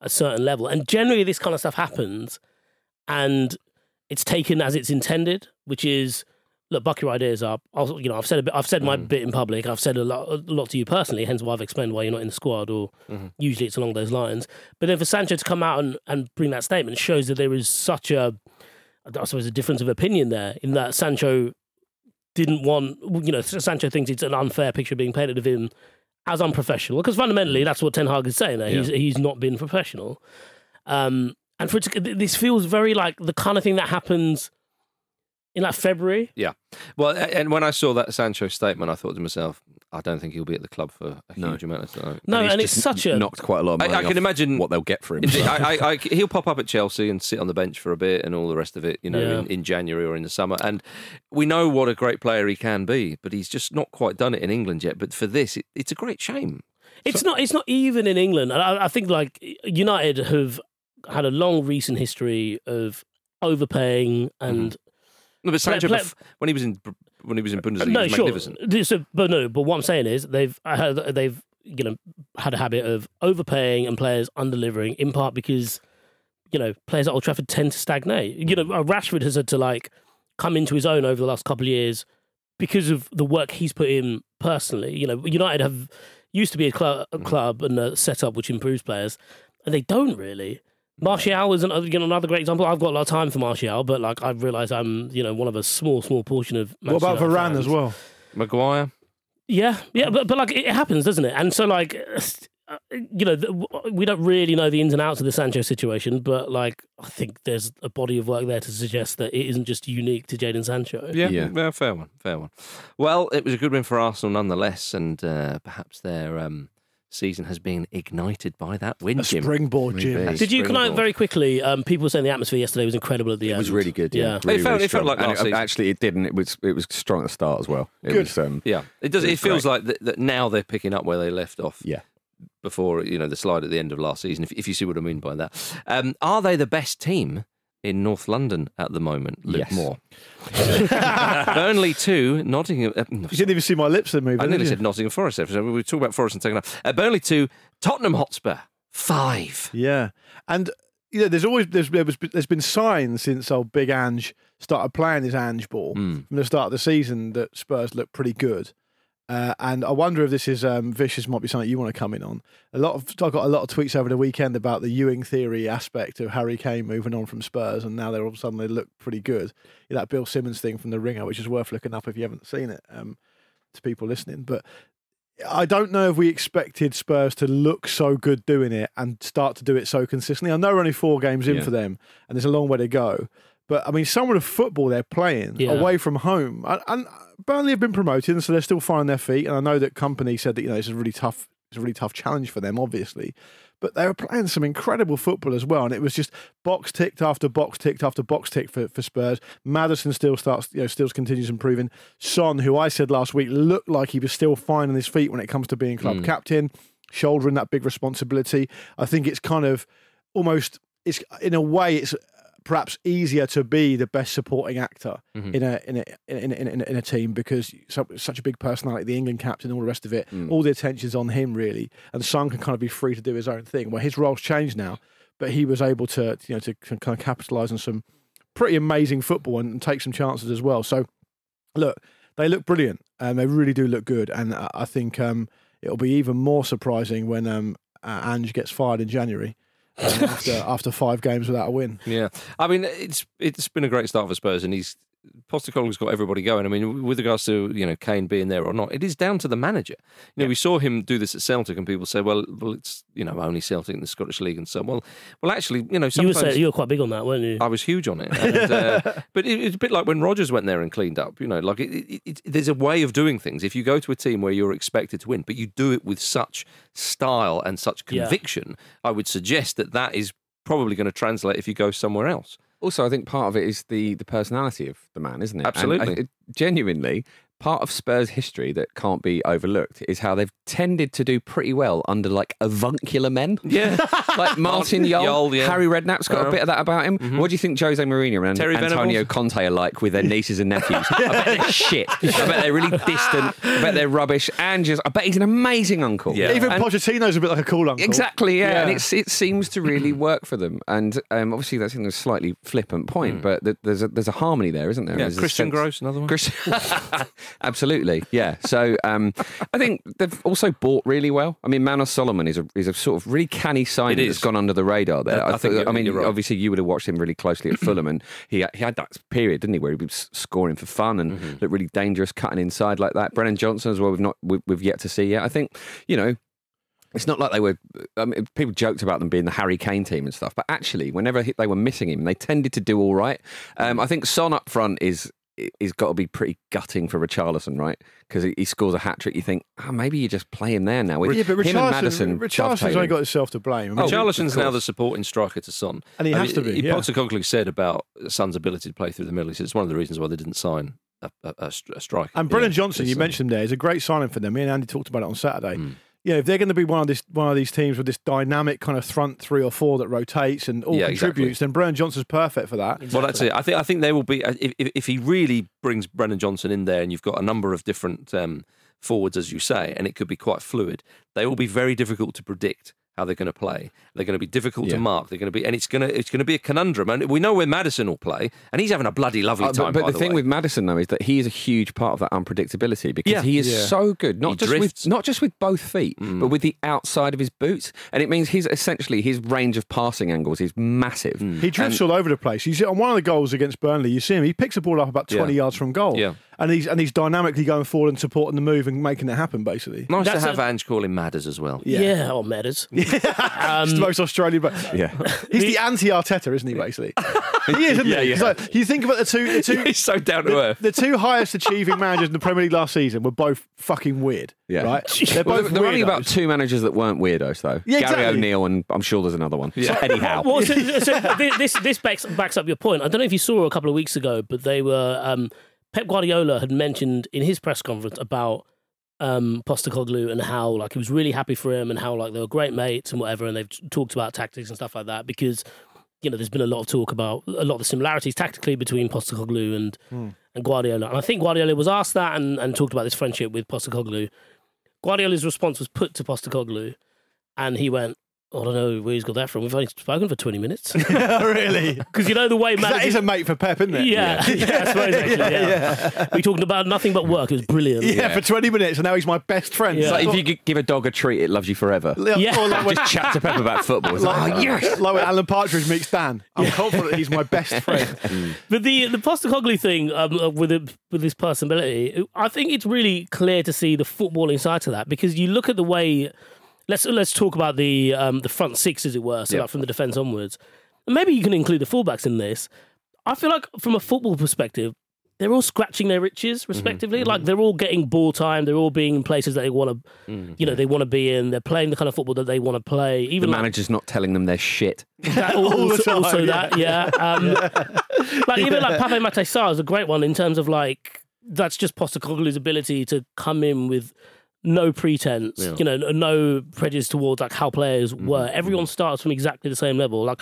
S3: a certain level, and generally this kind of stuff happens, and it's taken as it's intended, which is. Look, buck your ideas up. I'll, you know, I've said a bit. I've said my bit in public. I've said a lot, a lot to you personally. Hence, why I've explained why you're not in the squad, or usually it's along those lines. But then for Sancho to come out and, and bring that statement shows that there is such a, I suppose, a difference of opinion there. In that Sancho didn't want, you know, Sancho thinks it's an unfair picture being painted of him as unprofessional because fundamentally that's what Ten Hag is saying. There, he's he's not been professional. Um, and for it to, this feels very like the kind of thing that happens in like February.
S1: Yeah. Well, a- and when I saw that Sancho statement, I thought to myself, I don't think he'll be at the club for a huge amount of time.
S3: No, and,
S2: he's
S3: it's
S2: just
S3: such a
S2: knocked quite a lot. Of
S1: I-
S2: money
S1: I can
S2: off
S1: imagine-
S2: what they'll get for him.
S1: Is it- I, I, I, he'll pop up at Chelsea and sit on the bench for a bit and all the rest of it, you know,
S3: Yeah.
S1: in, in January or in the summer. And we know what a great player he can be, but he's just not quite done it in England yet. But for this, it, it's a great shame.
S3: It's not. It's not even in England. And I, I think like United have had a long recent history of overpaying and
S1: No, but Sancho,
S3: play- Uh,
S1: bef- when he was in when he was in Bundesliga,
S3: no,
S1: he was
S3: sure.
S1: magnificent.
S3: This- uh, but no, but what I'm saying is they've had, they've you know had a habit of overpaying and players underdelivering in part because you know players at Old Trafford tend to stagnate. You know, uh, Rashford has had to like come into his own over the last couple of years because of the work he's put in personally. You know, United have used to be a, cl-
S4: Mm.
S3: a club and a setup which improves players, and they don't really. Martial is another, you know, another great example. I've got a lot of time for Martial, but like I've realised I'm, you know, one of a small, small portion of.
S4: What about
S3: Manchester United
S4: Varane as
S3: fans.
S4: well?
S1: Maguire,
S3: Yeah, yeah, but, but like it happens, doesn't it? And so like, uh, you know, th- we don't really know the ins and outs of the Sancho situation, but like I think there's a body of work there to suggest that it isn't just unique to Jadon Sancho.
S1: Yeah,
S2: Yeah.
S1: yeah, fair one, fair one. Well, it was a good win for Arsenal nonetheless, and uh, perhaps their um, season has been ignited by that win,
S4: A
S1: Jim.
S4: springboard, Jim.
S2: Maybe.
S3: Did you? Can I
S1: Springboard.
S3: very quickly? Um, people were saying the atmosphere yesterday was incredible at the
S2: It
S3: end.
S2: was really good. Yeah,
S3: Yeah.
S2: Really,
S1: It felt-
S2: really
S1: it felt
S2: strong.
S1: like
S2: And
S1: last
S2: it-
S1: season.
S2: Actually, it didn't. It was it was strong at the start as well. It
S4: Good.
S2: was. Um,
S1: Yeah, it does.
S2: It
S1: It,
S2: was
S1: feels like that, that now they're picking up where they left off.
S2: Yeah.
S1: before you know the slide at the end of last season. If, if you see what I mean by that, um, are they the best team in North London at the moment? Luke
S2: Yes.
S1: Moore, Burnley two, Nottingham. Uh, no,
S4: You didn't even see my lips in the movie.
S1: I
S4: did
S1: nearly
S4: you?
S1: said Nottingham Forest. there, So we were talking about Forest and second half. Uh, Burnley two, Tottenham Hotspur five.
S4: Yeah, and you know, there's always there's there was, there's been signs since old Big Ange started playing his Ange ball from the start of the season that Spurs look pretty good. Uh, and I wonder if this is um, vicious. Might be something you want to come in on. A lot of I got a lot of tweets over the weekend about the Ewing theory aspect of Harry Kane moving on from Spurs, and now they're all of a sudden they look pretty good. You know, that Bill Simmons thing from the Ringer, which is worth looking up if you haven't seen it, um, to people listening. But I don't know if we expected Spurs to look so good doing it and start to do it so consistently. I know we're only four games in
S2: Yeah.
S4: for them, and there's a long way to go. But I mean, some of the football they're playing
S3: Yeah.
S4: away from home, and, and Burnley have been promoted, so they're still finding their feet. And I know that company said that you know it's a really tough, it's a really tough challenge for them, obviously. But they were playing some incredible football as well, and it was just box ticked after box ticked after box tick for, for Spurs. Madison still starts, you know, still continues improving. Son, who I said last week looked like he was still finding his feet when it comes to being club captain, shouldering that big responsibility. I think it's kind of almost it's in a way it's perhaps easier to be the best supporting actor in a in a in a, in a, in a, in a team because so, such a big personality, the England captain, all the rest of it, all the attention's on him really, and Son can kind of be free to do his own thing. Well, his role's changed now, but he was able to you know to kind of capitalise on some pretty amazing football and, and take some chances as well. So look, they look brilliant. Um, they really do look good, and I, I think um, it'll be even more surprising when um, uh, Ange gets fired in January um, after after five games without a win.
S1: Yeah, I mean it's it's been a great start for Spurs, and he's Postecoglou's got everybody going. I mean, with regards to you know Kane being there or not, it is down to the manager. You know, we saw him do this at Celtic, and people say, well, well, it's you know only Celtic in the Scottish League and so on. Well, well, actually, you know,
S3: You were
S1: sometimes
S3: saying, you were quite big on that, weren't
S2: Oh,
S3: you?
S1: I was huge on it. And, uh, but it, it's a bit like when Rogers went there and cleaned up. You know, like it, it, it, there's a way of doing things. If you go to a team where you're expected to win, but you do it with such style and such
S3: Yeah.
S1: conviction, I would suggest that that is probably going to translate if you go somewhere else.
S2: Also, I think part of it is the the personality of the man, isn't it? And I-
S1: Absolutely.
S2: it- genuinely, part of Spurs history that can't be overlooked is how they've tended to do pretty well under like avuncular men.
S1: Yeah.
S2: like Martin Yol,
S1: Jol, yeah.
S2: Harry Redknapp's got
S1: Yeah.
S2: a bit of that about him. What do you think Jose Mourinho and
S1: Terry
S2: Antonio
S1: Venables?
S2: Conte are like with their nieces and nephews? I bet they're shit. I bet they're really distant. I bet they're rubbish. And just, I bet he's an amazing uncle.
S1: Yeah.
S4: Even
S2: And-
S4: Pochettino's a bit like a cool uncle.
S2: Exactly, yeah. And
S4: Yeah.
S2: it's, it seems to really work for them. And um, obviously, that's in a slightly flippant point, but th- there's a, there's a harmony there, isn't there?
S1: Hmm. Yeah,
S2: There's a
S1: Christian
S2: sense-
S1: Gross, another one.
S2: Christian, absolutely, yeah. So um, I think they've also bought really well. I mean, Manos Solomon is a is a sort of really canny sign
S1: It is.
S2: that's gone under the radar there.
S1: I- I
S2: I,
S1: think
S2: think. I
S1: you're-
S2: mean,
S1: you're right.
S2: obviously, you would have watched him really closely at Fulham, and he he had that period, didn't he, where he was scoring for fun and
S1: Mm-hmm.
S2: looked really dangerous, cutting inside like that. Brennan Johnson as well. We've not we, we've yet to see yet. I think you know it's not like they were. I mean, people joked about them being the Harry Kane team and stuff, but actually, whenever he- they were missing him, they tended to do all right. Um, I think Son up front is is got to be pretty gutting for Richarlison, right? Because he, he scores a hat trick. You think, oh, maybe you just play him there now. With
S4: Yeah, but
S2: him and
S4: Richarlison,
S2: Madison.
S4: Richarlison's only got himself to blame. I mean,
S1: Charleston's
S2: Oh, of course.
S1: now the supporting striker to Son,
S4: And he
S1: I
S4: has to be, yeah.
S1: Postecoglou said about Son's ability to play through the middle. He said it's one of the reasons why they didn't sign a, a, a stri- a striker.
S4: And Brennan
S1: Yeah,
S4: Johnson, you
S1: it's, uh,
S4: mentioned him there, is a great signing for them. Me and Andy talked about it on Saturday.
S1: Hmm.
S4: You know, if they're going to be one of this one of these teams with this dynamic kind of front three or four that rotates and all
S1: Yeah,
S4: contributes, then Brennan Johnson's perfect for that.
S1: Well, that's it. I think I think they will be uh, if, if, if he really brings Brennan Johnson in there, and you've got a number of different um, forwards, as you say, and it could be quite fluid. They will be very difficult to predict how they're going to play. They're going to be difficult to
S2: Yeah.
S1: mark. They're going to be, and it's going to it's going to be a conundrum. And we know where Madison will play, and he's having a bloody lovely
S2: Uh,
S1: time.
S2: but but
S1: by
S2: the,
S1: the
S2: thing
S1: way.
S2: with Madison though is that he is a huge part of that unpredictability because
S1: Yeah.
S2: he is
S4: Yeah.
S2: so good, not
S1: He
S2: just
S1: drifts.
S2: with not just with both feet, but with the outside of his boots, and it means he's essentially his range of passing angles is massive.
S4: He drifts all over the place. You see on one of the goals against Burnley, you see him. He picks the ball up about twenty
S1: Yeah.
S4: yards from goal,
S1: Yeah.
S4: and he's and he's dynamically going forward and supporting the move and making it happen. Basically,
S1: nice to
S3: That's
S1: have
S3: a-
S1: Ange call him Madders as well.
S3: Yeah, oh, well, matters.
S2: Um,
S4: It's the most Australian, but
S2: Yeah.
S4: he's the anti-Arteta, isn't he? Basically, he is. Isn't
S2: Yeah,
S4: he?
S2: yeah.
S4: It's like, you think about the two, the two,
S1: He's so down to
S4: the,
S1: earth.
S4: the two highest achieving managers in the Premier League last season were both fucking weird.
S2: Yeah.
S4: Right? They're
S2: Well,
S4: both
S2: there were only about
S4: weirdos.
S2: two managers that weren't weirdos, though.
S4: Yeah,
S2: Gary
S4: exactly.
S2: O'Neill, and I'm sure there's another one. Anyhow,
S3: Well, so, so thi- this this backs backs up your point. I don't know if you saw a couple of weeks ago, but they were um, Pep Guardiola had mentioned in his press conference about um, Postecoglou and how like he was really happy for him and how like they were great mates and whatever, and they've t- talked about tactics and stuff like that because you know there's been a lot of talk about a lot of the similarities tactically between Postecoglou and and Guardiola, and I think Guardiola was asked that and, and talked about this friendship with Postecoglou. Guardiola's response was put to Postecoglou, and he went, "I don't know where he's got that from. We've only spoken for twenty minutes."
S4: really?
S3: Because you know the way
S4: That
S3: managers.
S4: is a mate for Pep, isn't it?
S3: yeah, yeah, I suppose actually, yeah. We talking about nothing but work. It was brilliant.
S4: Yeah, for 20 minutes, and now he's my best friend.
S3: Yeah.
S2: it's like if you could give a dog a treat, it loves you forever.
S3: Yeah.
S4: Or like when,
S2: Just chat to Pep about football. It's
S4: like-
S2: like, oh, yes.
S4: like when Alan Partridge meets Dan. I'm confident he's my best friend.
S3: But the the Postecoglou thing um, uh, with it, with his personality, I think it's really clear to see the footballing side to that because you look at the way. Let's let's talk about the um, the front six, as it were, so like from the defence onwards. And maybe you can include the fullbacks in this. I feel like from a football perspective, they're all scratching their itches respectively. Like they're all getting ball time. They're all being in places that they want to, you know, they want to be in. They're playing the kind of football that they want to play.
S2: The
S3: Even like,
S2: manager's not telling them they're shit.
S3: that al-
S4: All the
S3: also,
S4: time,
S3: also
S4: yeah.
S3: that, yeah. Um, like even like Pape Mate Sarr is a great one in terms of like that's just Postecoglou's ability to come in with no pretense, you know, n- no prejudice towards like how players
S4: Mm-hmm.
S3: were. Everyone starts from exactly the same level. Like,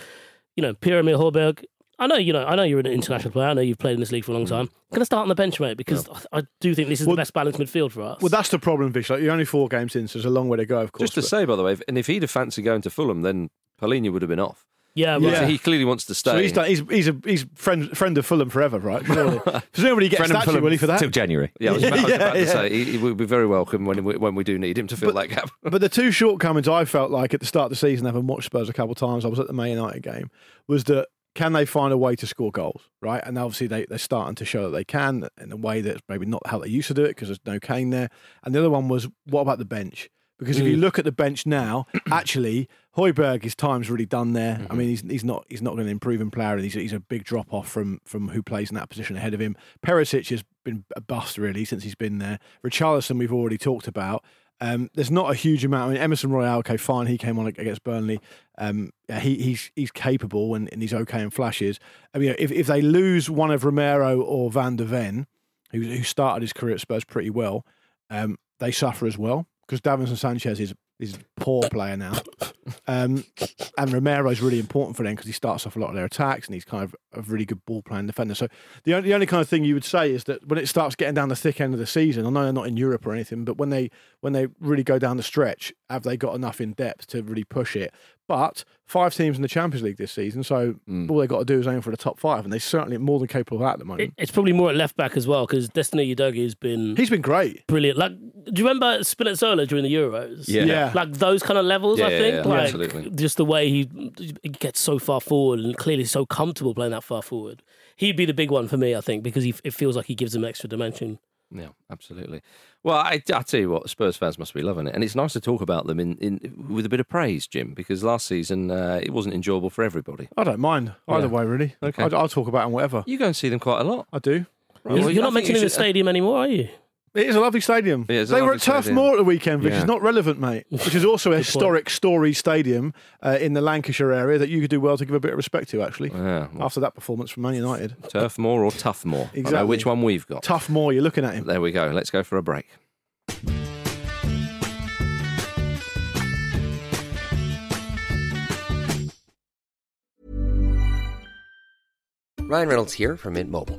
S3: you know, Pierre Emil Horberg. I know, you know, I know you're an international player. I know you've played in this league for a long time. Going to start on the bench, mate, because I I do think this is
S4: Mm-hmm. Well-
S3: the best balanced midfield for us.
S4: Well, that's the problem, Vish. Like, you're only four games in, so there's a long way to go, of course.
S1: Just to
S4: but-
S1: say, by the way, if- and if he'd have fancied going to Fulham, then Polina would have been off.
S3: yeah, right.
S4: Yeah.
S1: So he clearly wants to stay.
S4: So he's, done, he's, he's a he's friend friend of Fulham forever, right? Surely. Because nobody gets
S2: Brendan
S4: statue,
S2: Fulham,
S4: will he, for that?
S2: Till January.
S1: Yeah, I was about, I was
S4: Yeah,
S1: about to
S4: yeah.
S1: say he, he would be very welcome when we, when we do need him to fill that gap.
S4: But the two shortcomings I felt like at the start of the season, having watched Spurs a couple of times, I was at the Man United game, was that can they find a way to score goals, right? And obviously they, they're starting to show that they can in a way that's maybe not how they used to do it because there's no Kane there. And the other one was, what about the bench? Because if you look at the bench now, actually, Hoiberg, his time's really done there. I mean, he's, he's not he's not going to improve in player, and he's, he's a big drop off from from who plays in that position ahead of him. Perisic has been a bust really since he's been there. Richarlison, we've already talked about. Um, there's not a huge amount. I mean, Emerson Royale, okay, fine. He came on against Burnley. Um, yeah, he, he's he's capable and, and he's okay in flashes. I mean, if, if they lose one of Romero or Van der Ven, who, who started his career at Spurs pretty well, um, they suffer as well because Davinson Sanchez is is a poor player now, um, and Romero is really important for them because he starts off a lot of their attacks and he's kind of a really good ball playing defender. So the only, the only kind of thing you would say is that when it starts getting down the thick end of the season, I know they're not in Europe or anything, but when they when they really go down the stretch, have they got enough in depth to really push it? But five teams in the Champions League this season, so all they got to do is aim for the top five, and they're certainly more than capable of that at the moment.
S3: It- it's probably more at left back as well because Destiny Udogi has been
S4: He's been great.
S3: brilliant. Like, do you remember Spinazzola during the Euros?
S2: Yeah.
S4: Yeah.
S3: Like those kind of levels, I
S1: Yeah,
S3: think.
S1: yeah, yeah,
S3: like,
S1: absolutely.
S3: Just the way he, he gets so far forward and clearly so comfortable playing that far forward. He'd be the big one for me, I think, because he, it feels like he gives him extra dimension.
S1: Yeah, absolutely. Well, I, I tell you what, Spurs fans must be loving it, and it's nice to talk about them in, in with a bit of praise, Jim, because last season uh, it wasn't enjoyable for everybody.
S4: I don't mind either way, really.
S1: Okay.
S4: I'll, I'll talk about him whatever.
S1: You go and see them quite a lot.
S4: I do.
S1: Right,
S3: You're,
S1: well,
S3: you're
S1: I
S3: not
S1: think you
S3: mentioning the
S1: should- uh,
S3: stadium anymore, are you?
S4: It is a lovely stadium.
S1: Yeah, it's a
S4: they were
S1: lovely
S4: at Turf
S1: stadium.
S4: Moor at the weekend, which
S2: Yeah.
S4: is not relevant, mate. Which is also a historic story stadium uh, in the Lancashire area that you could do well to give a bit of respect to, actually.
S1: Yeah, well,
S4: After that performance from Man United,
S1: Turf Moor or Tough Moor? I don't know
S4: Exactly.
S1: which one we've got.
S4: tough Moor. You're looking at him.
S1: There we go. Let's go for a break.
S5: Ryan Reynolds here from Mint Mobile.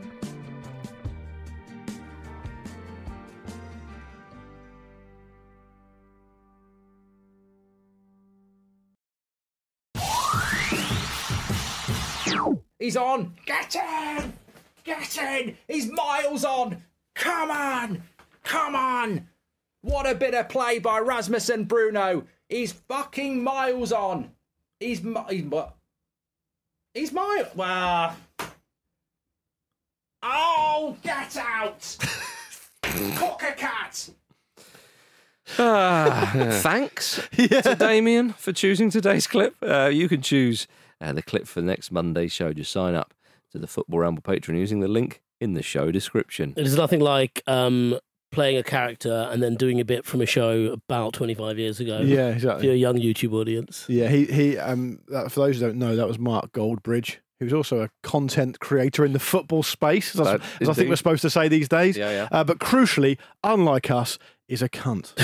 S6: He's on. Get in! Get in! He's miles on! Come on! Come on! What a bit of play by Rasmus and Bruno. He's fucking miles on. He's mi- he's what? He's miles. Well. Oh, get out! Cook a cat!
S2: Ah,
S1: Thanks to Damien for choosing today's clip. Uh, you can choose uh, the clip for next Monday's show. Just sign up to the Football Ramble Patreon using the link in the show description.
S3: It is nothing like um, playing a character and then doing a bit from a show about 25 years ago.
S4: Yeah,
S3: For your
S4: exactly.
S3: young YouTube audience.
S4: Yeah, he he. Um, that, for those who don't know, that was Mark Goldbridge. He was also a content creator in the football space, as, I-
S2: That
S4: as I think
S2: indeed.
S4: we're supposed to say these days.
S1: Yeah, yeah.
S4: Uh, but crucially, unlike us, is a cunt.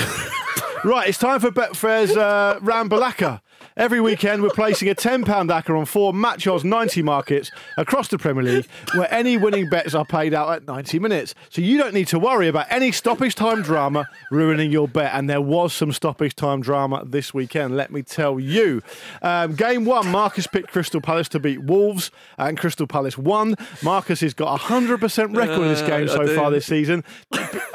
S4: right, it's time for Betfair's uh, Rambalaka. Every weekend, we're placing a £10 acca on four match odds 90 markets across the Premier League, where any winning bets are paid out at 90 minutes. So you don't need to worry about any stoppage time drama ruining your bet. And there was some stoppage time drama this weekend, let me tell you. Um, game one, Marcus picked Crystal Palace to beat Wolves, and Crystal Palace won. Marcus has got a 100% record in this game
S1: Uh, I
S4: so
S1: do.
S4: far this season.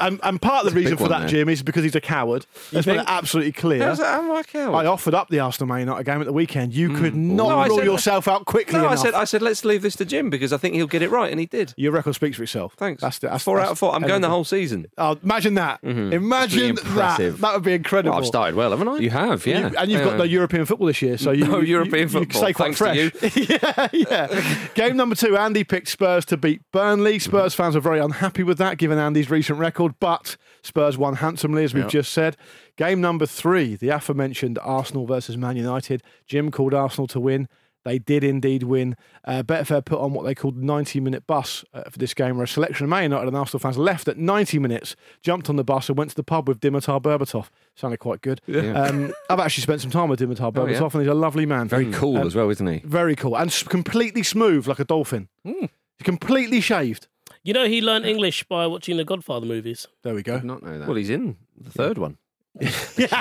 S4: And, and part of the reason
S2: big
S4: for
S2: one
S4: that,
S2: there.
S4: Jim, is because he's a coward. Let's make
S1: think?
S4: it absolutely clear.
S1: How's that? How am I a coward?
S4: I offered up the Arsenal Man United game at the weekend. You could not
S1: No, I
S4: rule
S1: said-
S4: yourself out quickly
S1: No, I
S4: enough.
S1: said, I said, let's leave this to Jim because I think he'll get it right, and he did.
S4: Your record speaks for itself.
S1: Thanks.
S4: That's, the- that's
S1: four
S4: that's
S1: out of four. I'm going the whole Mm-hmm. season.
S4: Oh, imagine that.
S2: really
S4: Imagine that.
S2: impressive.
S4: That would be incredible.
S1: Well, I've started well, haven't I?
S2: You have, yeah.
S4: You- and you've got no European football this year, so you,
S1: No
S4: you- you-
S1: European
S4: you can
S1: football,
S4: Stay quite
S1: thanks
S4: fresh. yeah, yeah. Game number two. Andy picked Spurs to beat Burnley. Spurs fans were very unhappy with that, given Andy's recent record. But Spurs won handsomely, as we've just said. Game number three. The aforementioned Arsenal versus Man United. Jim called Arsenal to win. They did indeed win. Uh, Betfair put on what they called 90 minute bus uh, for this game, where a selection of Man United and Arsenal fans left at 90 minutes, jumped on the bus, and went to the pub with Dimitar Berbatov. Sounded quite good. Um, I've actually spent some time with Dimitar Berbatov,
S1: yeah?
S4: and he's a lovely man.
S2: Very cool as well, isn't he?
S4: Very cool. And s- completely smooth, like a dolphin.
S1: Hmm.
S4: Completely shaved.
S3: You know, he learned English by watching the Godfather movies.
S4: There we go.
S2: Not know that.
S1: Well, he's in the third one.
S2: Imagine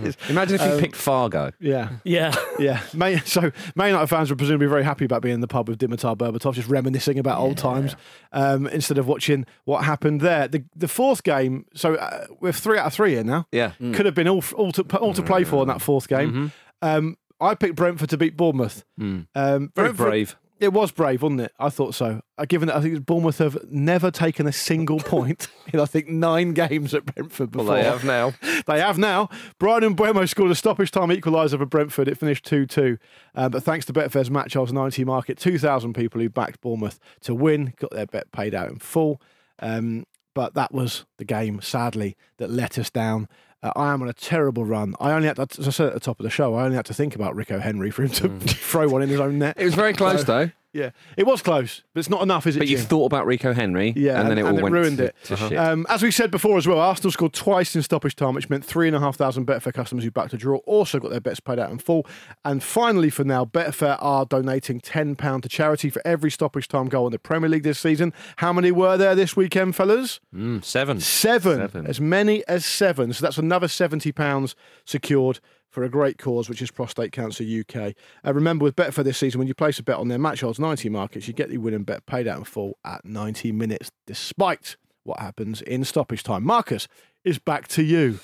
S2: if he picked Fargo.
S4: Yeah,
S3: Yeah.
S4: yeah. May, so, Man United fans were presumably very happy about being in the pub with Dimitar Berbatov, just reminiscing about old times um, instead of watching what happened there. The, the fourth game, so uh, we're three out of three here now.
S1: Yeah. Mm-hmm.
S4: Could have been all, all, to, all to play for in that fourth game. Um, I picked Brentford to beat Bournemouth. Um,
S1: Hmm. Very
S4: Brentford-
S1: brave.
S4: It was brave, wasn't it? I thought so. Uh, Given that I think Bournemouth have never taken a single point in, I think, nine games at Brentford before.
S1: Well, they have now.
S4: They have now. Brian and Buemo scored a stoppage time equaliser for Brentford. It finished 2 2. Uh, but thanks to Betfair's Match Odds 90 market, 2,000 people who backed Bournemouth to win got their bet paid out in full. Um, but that was the game, sadly, that let us down. Uh, I am on a terrible run. I only had, to, as I said at the top of the show, I only had to think about Rico Henry for him to throw one in his own net.
S2: It was very close, though.
S4: Yeah, it was close, but it's not enough, is it?
S2: But you
S4: Jim?
S2: thought about Rico Henry,
S4: yeah,
S2: and then it all went
S4: ruined
S2: to,
S4: it.
S2: to shit.
S4: Um, as we said before as well, Arsenal scored twice in stoppage time, which meant three and a half thousand Betfair customers who backed a draw also got their bets paid out in full. And finally, for now, Betfair are donating ten pound to charity for every stoppage time goal in the Premier League this season. How many were there this weekend, fellas?
S1: Mm, seven.
S4: Seven,
S2: Seven.
S4: as many as seven. So that's another seventy pounds secured for a great cause, which is Prostate Cancer UK. Uh, remember, with Betfair this season, when you place a bet on their match odds ninety markets, you get the winning bet paid out in full at ninety minutes, despite what happens in stoppage time. Marcus is back to you.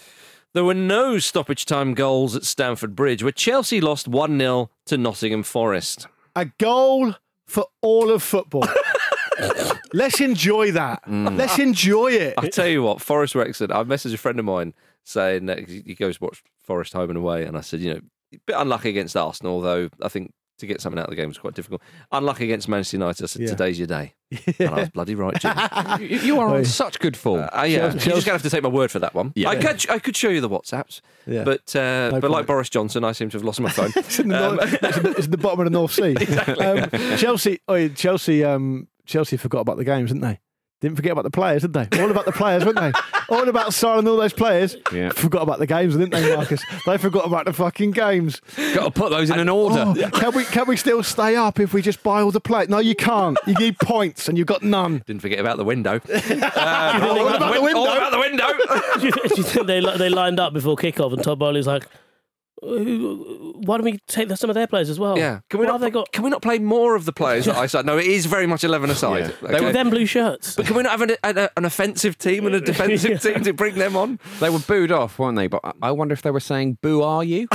S1: There were no stoppage time goals at Stamford Bridge, where Chelsea lost 1 0 to Nottingham Forest.
S4: A goal for all of football. Let's enjoy that. Let's enjoy it.
S1: I tell you what, Forest were excellent. I messaged a friend of mine saying that he he goes watch Forest home and away, and I said, you know, a bit unlucky against Arsenal, though I think to get something out of the game was quite difficult. Unlucky against Manchester United. I said,
S4: Yeah.
S1: today's your day, and I was bloody right, Jim.
S2: You, you are on such good form.
S1: Uh, yeah, you're just going to have to take my word for that one.
S2: Yeah.
S1: I could, I could show you the WhatsApps,
S4: Yeah.
S1: but uh, but
S4: point.
S1: like Boris Johnson, I seem to have lost my phone.
S4: It's in
S1: Um,
S4: the, North, it's in- it's in the bottom of the North Sea. um, Chelsea, oh, yeah, Chelsea, um, Chelsea forgot about the games, didn't they? Didn't forget about the players, did they? All about the players, weren't they? All about signing all those players.
S2: Yeah.
S4: Forgot about the games, didn't they, Marcus? they forgot about the fucking games.
S2: Got to put those in an order.
S4: Oh, can we can we still stay up if we just buy all the players? No, you can't. You need points, and you've got none.
S1: Didn't forget about the window. Um,
S4: all about the window.
S1: All about the window.
S3: do, you, do you think they li- they lined up before kickoff and Todd Bowley's like, "Who- why don't we take the- some of their players as well?
S1: yeah.
S3: Can
S1: Can we
S3: why
S1: not?
S3: have they got
S1: Can we not play more of the players that I said? No, it is very much eleven aside.
S2: Yeah.
S1: okay?
S3: them blue shirts?
S1: But can we not have an, an, an offensive team and a defensive team to bring them on?
S2: They were booed off, weren't they? But I- I wonder if they were saying, "Boo, are you?"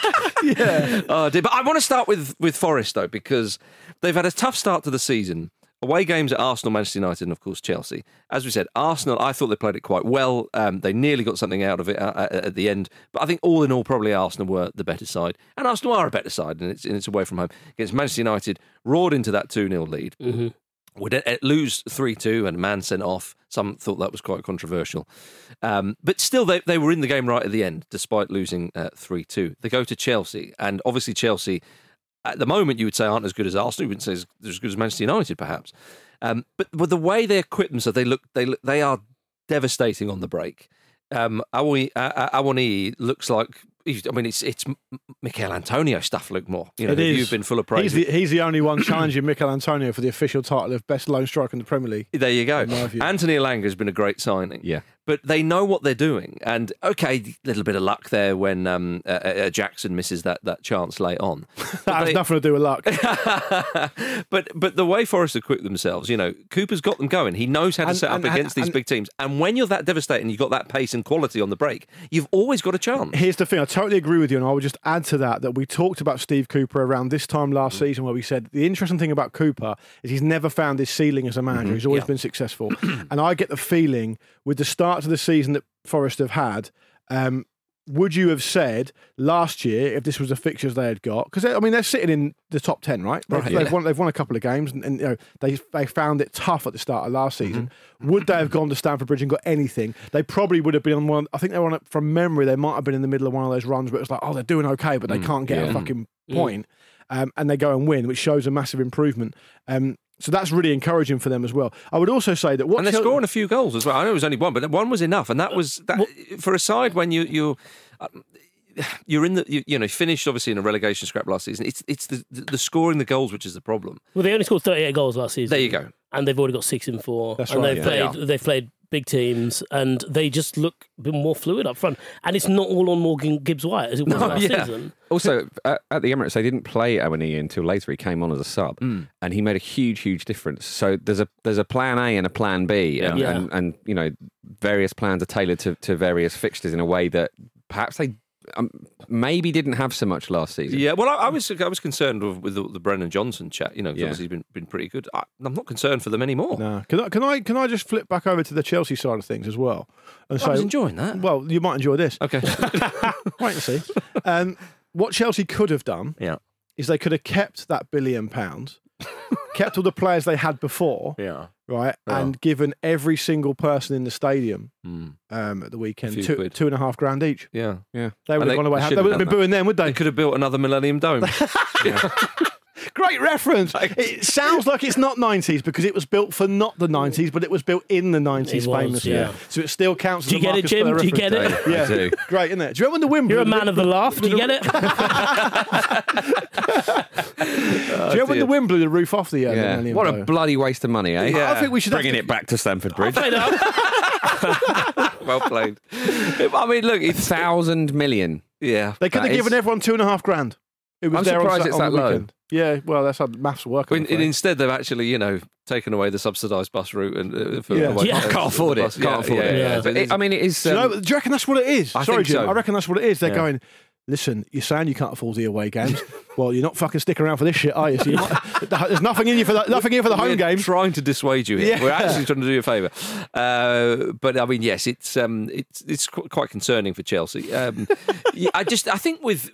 S1: Oh, dear. But I want to start with with Forest though because they've had a tough start to the season. Away games at Arsenal, Manchester United, and of course Chelsea. As we said, Arsenal, I thought they played it quite well. Um, they nearly got something out of it uh, uh, at the end, but I think all in all, probably Arsenal were the better side, and Arsenal are a better side, and it's, and it's away from home against Manchester United. Roared into that two 0 lead, would uh, lose 3 2 and a man sent off. Some thought that was quite controversial. Um, but still, they, they were in the game right at the end, despite losing 3 2. They go to Chelsea, and obviously, Chelsea at the moment you would say aren't as good as Arsenal. You wouldn't say as- they're as good as Manchester United, perhaps. Um, but with the way they equip themselves, they look they look, they are devastating on the break. Um, Awi- A- A- Awoniyi looks like he's- I mean, it's it's M- M- Mikel Antonio stuff, Luke Moore. You know,
S4: It is.
S1: you've been full of praise.
S4: He's the, he's the only one challenging Mikel Antonio for the official title of best lone striker in the Premier League.
S1: There you go.
S4: my view.
S1: Anthony Alanga has been a great signing.
S2: Yeah.
S1: But they know what they're doing. And okay, a little bit of luck there when um, uh, uh, Jackson misses that, that chance late on.
S4: That has
S1: they-
S4: nothing to do with luck.
S1: but but the way Forest equipped themselves, you know, Cooper's got them going. He knows how to
S4: And-
S1: set up
S4: and-
S1: against these
S4: and-
S1: big teams. And when you're that devastating, you've got that pace and quality on the break, you've always got a chance.
S4: Here's the thing, I totally agree with you, and I would just add to that that we talked about Steve Cooper around this time last season, where we said the interesting thing about Cooper is he's never found his ceiling as a manager. He's always been successful, and I get the feeling with the start to the season that Forest have had. Um, would you have said last year if this was the fixtures they had got? Because I mean they're sitting in the top ten, right? They've,
S1: Right,
S4: they've
S1: yeah.
S4: won, they've won a couple of games, and, and you know they they found it tough at the start of
S1: Mm-hmm.
S4: last season. Would they have gone to Stamford Bridge and got anything? They probably would have been on one. I think they were on it from memory. They might have been in the middle of one of those runs where it's like, oh, they're doing okay, but they
S1: Mm,
S4: can't get a fucking point. Um, and they go and win, which shows a massive improvement. Um, so that's really encouraging for them as well. I would also say that what
S1: and they're
S4: Chel-
S1: scoring a few goals as well. I know it was only one, but one was enough, and that was that for a side when you you um, you're in the you, you know finished obviously in a relegation scrap last season. It's it's the the scoring the goals which is the problem.
S3: Well, they only scored 38 goals last season.
S1: There you go.
S3: and they've already got six and four.
S4: That's
S3: and
S4: right,
S3: They've
S4: yeah.
S3: played. They've played big teams, and they just look a bit more fluid up front. And it's not all on Morgan Gibbs White as it was
S1: No,
S3: last
S1: yeah.
S3: season.
S2: Also, at, at the Emirates, they didn't play Awaniyi until later. He came on as a sub,
S4: Hmm.
S2: and he made a huge, huge difference. So there's a there's a plan A and a plan B, and,
S3: Yeah.
S2: and, and you know various plans are tailored to, to various fixtures in a way that perhaps they um, maybe didn't have so much last season.
S1: Yeah, well, I, I was I was concerned with, with the, the Brennan Johnson chat. You know, 'cause
S2: Yeah.
S1: obviously he's been been pretty good. I, I'm not concerned for them anymore.
S4: No. Can I can I can I just flip back over to the Chelsea side of things as well? And
S1: I was enjoying that.
S4: Well, you might enjoy this.
S1: Okay.
S4: Wait and see. Um, what Chelsea could have done
S1: yeah.
S4: is they could have kept that billion pounds, kept all the players they had before,
S1: Yeah.
S4: right,
S1: Yeah.
S4: and given every single person in the stadium
S1: Mm.
S4: um, at the weekend
S1: Few
S4: two,
S1: quid.
S4: two and a half grand each.
S1: Yeah.
S2: yeah.
S4: They
S1: And
S4: would have
S1: they-
S4: gone away.
S1: they
S4: They,
S1: should have
S4: would have been
S1: done
S4: booing then, would
S1: They
S4: they?
S1: could have built another Millennium Dome.
S4: Great reference. It sounds like it's not 90s because it was built for not the 90s, but it was built in the 90s
S3: It was,
S4: famously.
S3: yeah.
S4: So it still counts as
S3: Do you
S4: a
S3: get it,
S4: Marcus
S3: Jim?
S4: Blair
S3: Do you
S4: reference.
S3: get it?
S2: I
S4: Yeah,
S2: do.
S4: great, isn't it? Do you remember when the Wimbledon?
S3: You're a man of the laugh. Do you get it?
S4: Do you remember when the wind blew the roof off the uh,
S2: Yeah.
S4: Millennium
S2: What a
S4: Dome?
S2: bloody waste of money, eh?
S1: Yeah.
S4: I think we should
S2: Bringing
S4: have
S2: it back to Stamford Bridge.
S1: well played. I mean, look,
S2: A
S1: it's
S2: thousand million.
S1: yeah.
S4: They could
S2: That
S4: have given
S2: is-
S4: everyone two and a half grand. It was
S2: I'm
S4: there on
S2: surprised
S4: Sat-
S2: it's
S4: on
S2: that
S4: the
S2: low.
S4: weekend. Yeah, well, that's how the maths work. I'm
S1: When,
S4: afraid.
S1: instead, they've actually, you know, taken away the subsidised bus route and uh, for
S4: Yeah.
S1: away-
S3: Yeah.
S1: uh,
S2: Can't afford it.
S1: bus-
S2: Can't afford
S1: yeah,
S2: it.
S1: Yeah,
S3: Yeah.
S1: So
S2: But it-
S1: it's-
S2: I mean, it is.
S4: do, you know,
S2: um,
S4: do you reckon that's what it is?
S1: I
S4: Sorry,
S1: think
S4: Jim.
S1: so.
S4: I reckon that's what it is. They're
S1: Yeah.
S4: going. Listen, you're saying you can't afford the away games. well, you're not fucking sticking around for this shit, are you? So you might, there's nothing in you for that, nothing in for the
S1: we're
S4: home games.
S1: Trying to dissuade you here.
S4: Yeah.
S1: We're actually trying to do you a favour. Uh, but I mean, yes, it's um, it's it's qu- quite concerning for Chelsea. Um, yeah, I just I think with.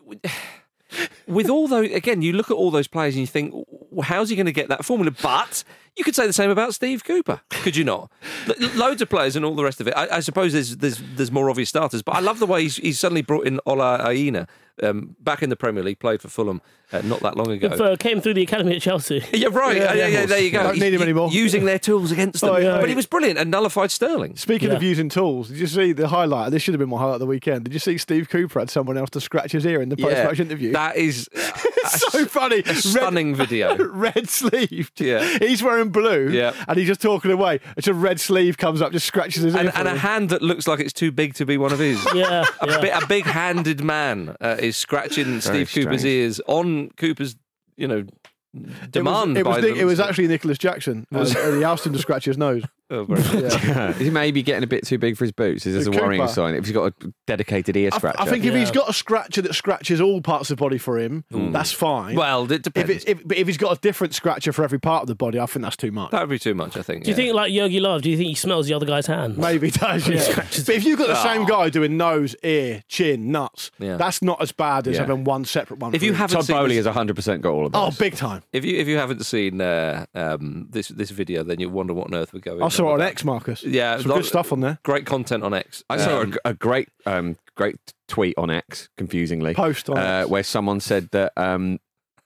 S1: With all those, again, you look at all those players and you think, "Well, how's he going to get that formula? But you could say the same about Steve Cooper, could you not? Lo- loads of players and all the rest of it. I, I suppose there's, there's there's more obvious starters, but I love the way he's, he's suddenly brought in Ola Aina um, back in the Premier League, played for Fulham uh, not that long ago.
S3: Uh, Came through the academy at Chelsea.
S1: Yeah, right. Yeah, yeah, yeah, there you go.
S4: Don't
S1: He's
S4: need him
S1: u-
S4: anymore.
S1: Using their tools against them.
S4: Oh, yeah.
S1: But he was brilliant and nullified Sterling.
S4: Speaking of
S3: Yeah.
S4: using tools, did you see the highlight? This should have been my highlight of the weekend. Did you see Steve Cooper had someone else to scratch his ear in the post-match interview?
S1: That is
S4: It's so funny.
S1: a stunning video.
S4: red sleeved.
S1: Yeah.
S4: He's wearing blue.
S1: Yeah.
S4: And he's just talking away. It's a red sleeve comes up, just scratches his
S1: And,
S4: ear. for
S1: and a
S4: him.
S1: hand that looks like it's too big to be one of his.
S3: Yeah,
S1: A,
S3: yeah.
S1: bi- a big-handed man uh, is scratching Steve Cooper's
S2: strange.
S1: ears on Cooper's, you know,
S4: It was-
S1: demand
S4: It was,
S1: by
S4: Nic-
S1: the-
S4: it was actually Nicholas Jackson. and and he asked him to scratch his nose.
S1: Oh, very good.
S2: is he maybe getting a bit too big for his boots? Is this a
S4: Cooper.
S2: worrying sign? If he's got a dedicated ear
S4: I,
S2: scratcher,
S4: I think if
S3: Yeah.
S4: he's got a scratcher that scratches all parts of the body for him, that's fine.
S1: Well, it
S4: if,
S1: depends.
S4: it, if, but if he's got a different scratcher for every part of the body, I think that's too much.
S1: that would be too much, I think.
S3: Do you
S1: yeah.
S3: think like Yogi Love? Do you think he smells the other guy's hand?
S4: Maybe it does. Yeah.
S3: scratches
S4: But if you've got the same guy doing nose, ear, chin, nuts,
S1: Yeah.
S4: that's not as bad as
S2: Yeah.
S4: having one separate one.
S1: If
S4: for
S1: you
S4: each.
S1: haven't
S2: Todd
S1: seen
S2: Bowley
S1: this-
S2: has 100% got all of
S4: oh,
S2: those.
S4: big time.
S1: if you if you haven't seen uh, um, this this video, then you wonder what on earth we're going.
S4: I saw it on
S1: about.
S4: X, Marcus.
S1: Yeah,
S4: some
S1: lot-
S4: good stuff on there.
S1: Great content on X.
S2: I saw a, a great, um, great tweet on X, confusingly,
S4: Post on
S2: uh,
S4: X.
S2: where someone said that um,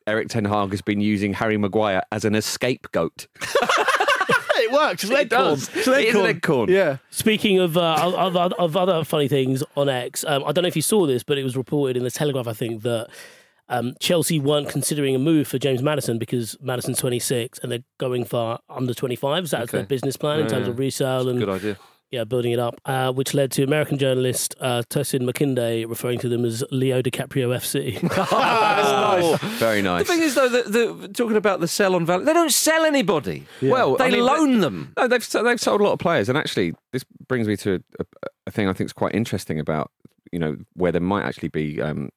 S2: Eric Ten Hag has been using Harry Maguire as an escape goat.
S4: it works. It's
S2: It
S4: leg corn.
S2: does.
S4: It's leg
S2: It is
S4: corn.
S2: leg corn.
S4: Yeah.
S3: Speaking of, uh, of, of, of other funny things on X, um, I don't know if you saw this, but it was reported in the Telegraph, I think, that um, Chelsea weren't considering a move for James Madison because Madison's 26 and they're going for under 25s. That's
S1: Okay.
S3: their business plan in
S1: Yeah,
S3: terms
S1: yeah.
S3: of resale and
S1: Good idea.
S3: yeah, building it up, uh, which led to American journalist uh, Tessin McKinday referring to them as Leo DiCaprio FC.
S2: Ah, Very nice.
S1: Ah, The thing is, though, the, the, talking about the sell on value, they don't sell anybody.
S2: Well,
S1: they
S2: I mean,
S1: loan them.
S2: No, they've they've sold a lot of players, and actually, this brings me to a, a thing I think is quite interesting about you know where there might actually be um,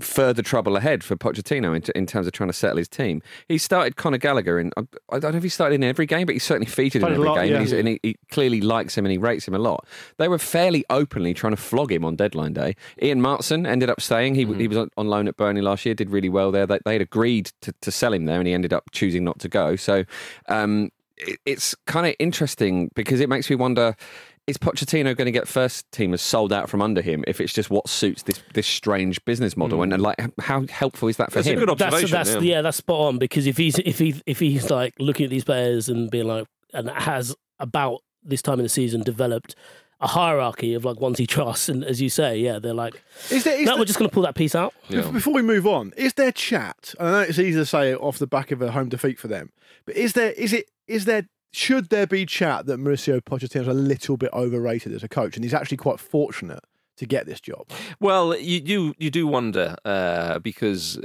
S2: further trouble ahead for Pochettino in, in terms of trying to settle his team. He started Conor Gallagher in I, I don't know if he started in every game, but he certainly featured in
S4: Played a
S2: every
S4: lot,
S2: game,
S4: yeah.
S2: and, he's, and he, he clearly likes him and he rates him a lot. They were fairly openly trying to flog him on deadline day. Ian Martson ended up staying. He,
S3: Mm-hmm.
S2: he was on, on loan at Burnley last year, did really well there. They, they'd agreed to, to sell him there, and he ended up choosing not to go. So. Um, it- it's kind of interesting because it makes me wonder is Pochettino going to get first teamers sold out from under him if it's just what suits this this strange business model and, and like how helpful is that for
S1: That's a
S2: him?
S1: good
S3: Mm. that's
S1: observation.
S3: that's yeah.
S1: yeah.
S3: that's spot on because if he's if he if he's like looking at these players and being like and has about this time in the season developed a hierarchy of like ones he trusts and as you say yeah they're like
S4: Is there, is
S3: no
S4: there-
S3: we're just gonna pull that piece out
S4: Bef- Before we move on, is there chat? I know it's easy to say it off the back of a home defeat for them, but is there? Is it? Is there? Should there be chat that Mauricio Pochettino is a little bit overrated as a coach, and he's actually quite fortunate to get this job?
S1: Well, you do you do wonder uh, because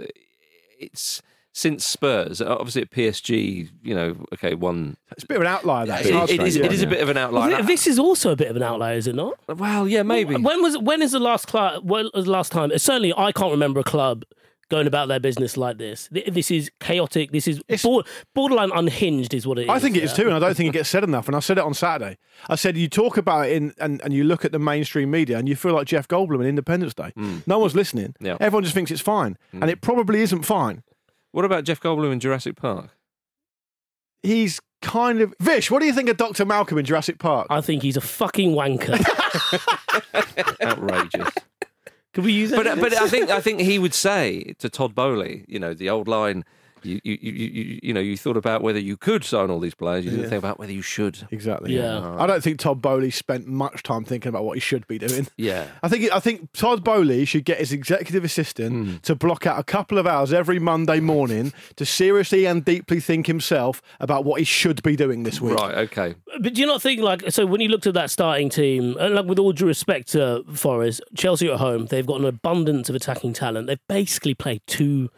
S1: it's since Spurs, obviously at PSG, you know, okay, one.
S4: It's a bit of an outlier. That
S1: It-
S4: hard
S1: it
S4: to
S1: is
S4: say,
S1: it is a
S4: yeah.
S1: bit of an
S3: Well,
S1: outlier.
S3: thi- this is also a bit of an outlier is it not
S1: well, yeah, maybe.
S3: when was when is the last club when was the last time certainly I can't remember a club going about their business like this Th- this is chaotic this is bor- borderline unhinged is what it is
S4: I think it is
S3: yeah.
S4: too, and I don't think it gets said enough. And I said it on Saturday. I said you talk about it in, and, and you look at the mainstream media, and you feel like Jeff Goldblum in Independence Day. No one's listening.
S1: Hmm. Yeah. Hmm.
S4: Everyone just thinks it's fine, and it probably isn't fine.
S1: What about Jeff Goldblum in Jurassic Park?
S4: He's kind of Vish. What do you think of Doctor Malcolm in Jurassic Park?
S3: I think he's a fucking wanker
S1: Outrageous.
S3: can we use it
S1: but uh, but I think I think he would say to Todd Bowley, you know, the old line. You you, you, you you know you thought about whether you could sign all these players. You didn't
S4: Yeah.
S1: think about whether you should.
S4: Exactly.
S3: Yeah.
S4: I don't think Todd Bowley spent much time thinking about what he should be doing.
S1: Yeah.
S4: I think I think Todd Bowley should get his executive assistant
S1: Hmm.
S4: to block out a couple of hours every Monday morning to seriously and deeply think himself about what he should be doing this week.
S1: Right. Okay.
S3: But do you not think like so when you looked at that starting team, and like with all due respect to Forest, Chelsea at home, they've got an abundance of attacking talent. They've basically played two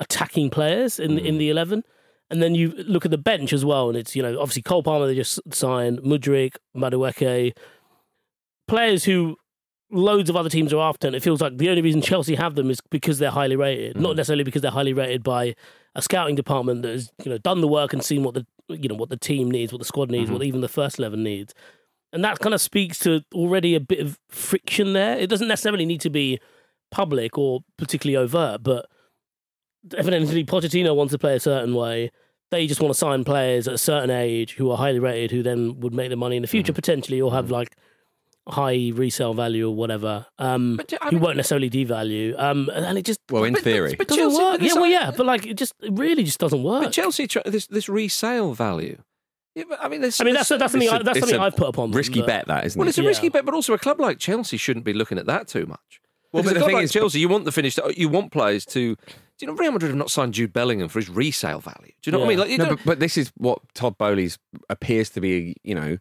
S3: attacking players in in the eleven. And then you look at the bench as well, and it's you know obviously Cole Palmer they just signed, Mudrik, Madueke, players who loads of other teams are after, and it feels like the only reason Chelsea have them is because they're highly rated, not necessarily because they're highly rated by a scouting department that has you know done the work and seen what the you know what the team needs, what the squad needs, what even the first eleven needs, and that kind of speaks to already a bit of friction there. It doesn't necessarily need to be public or particularly overt, but evidently Pochettino wants to play a certain way. They just want to sign players at a certain age who are highly rated, who then would make the money in the future potentially, or have like high resale value or whatever. Um,
S1: But do- I
S3: who
S1: mean-
S3: won't necessarily devalue. Um, and it just
S2: Well, in theory,
S1: But
S3: doesn't work.
S1: this-
S3: Yeah, well, yeah, but like it just it really just doesn't work.
S1: But Chelsea, tr- this this resale value. Yeah, but I mean, there's,
S3: I mean,
S1: there's-
S3: that's that's something I,
S2: a-
S3: that's
S2: it's
S3: something
S2: a
S3: I've put upon them,
S2: risky
S3: but-
S2: bet that isn't
S1: well,
S2: it?
S1: it's a
S3: Yeah.
S1: risky bet, but also a club like Chelsea shouldn't be looking at that too much. Well,
S2: Well, but
S1: but a
S2: the
S1: club
S2: thing
S1: like
S2: is-
S1: Chelsea, you want the finished. uh, You want players to. Do you know Real Madrid have not signed Jude Bellingham for his resale value? Do you know what I
S3: Yeah.
S1: mean? Like, you
S2: No,
S1: don't,
S2: but, but this is what Todd Bowley's appears to be, you know,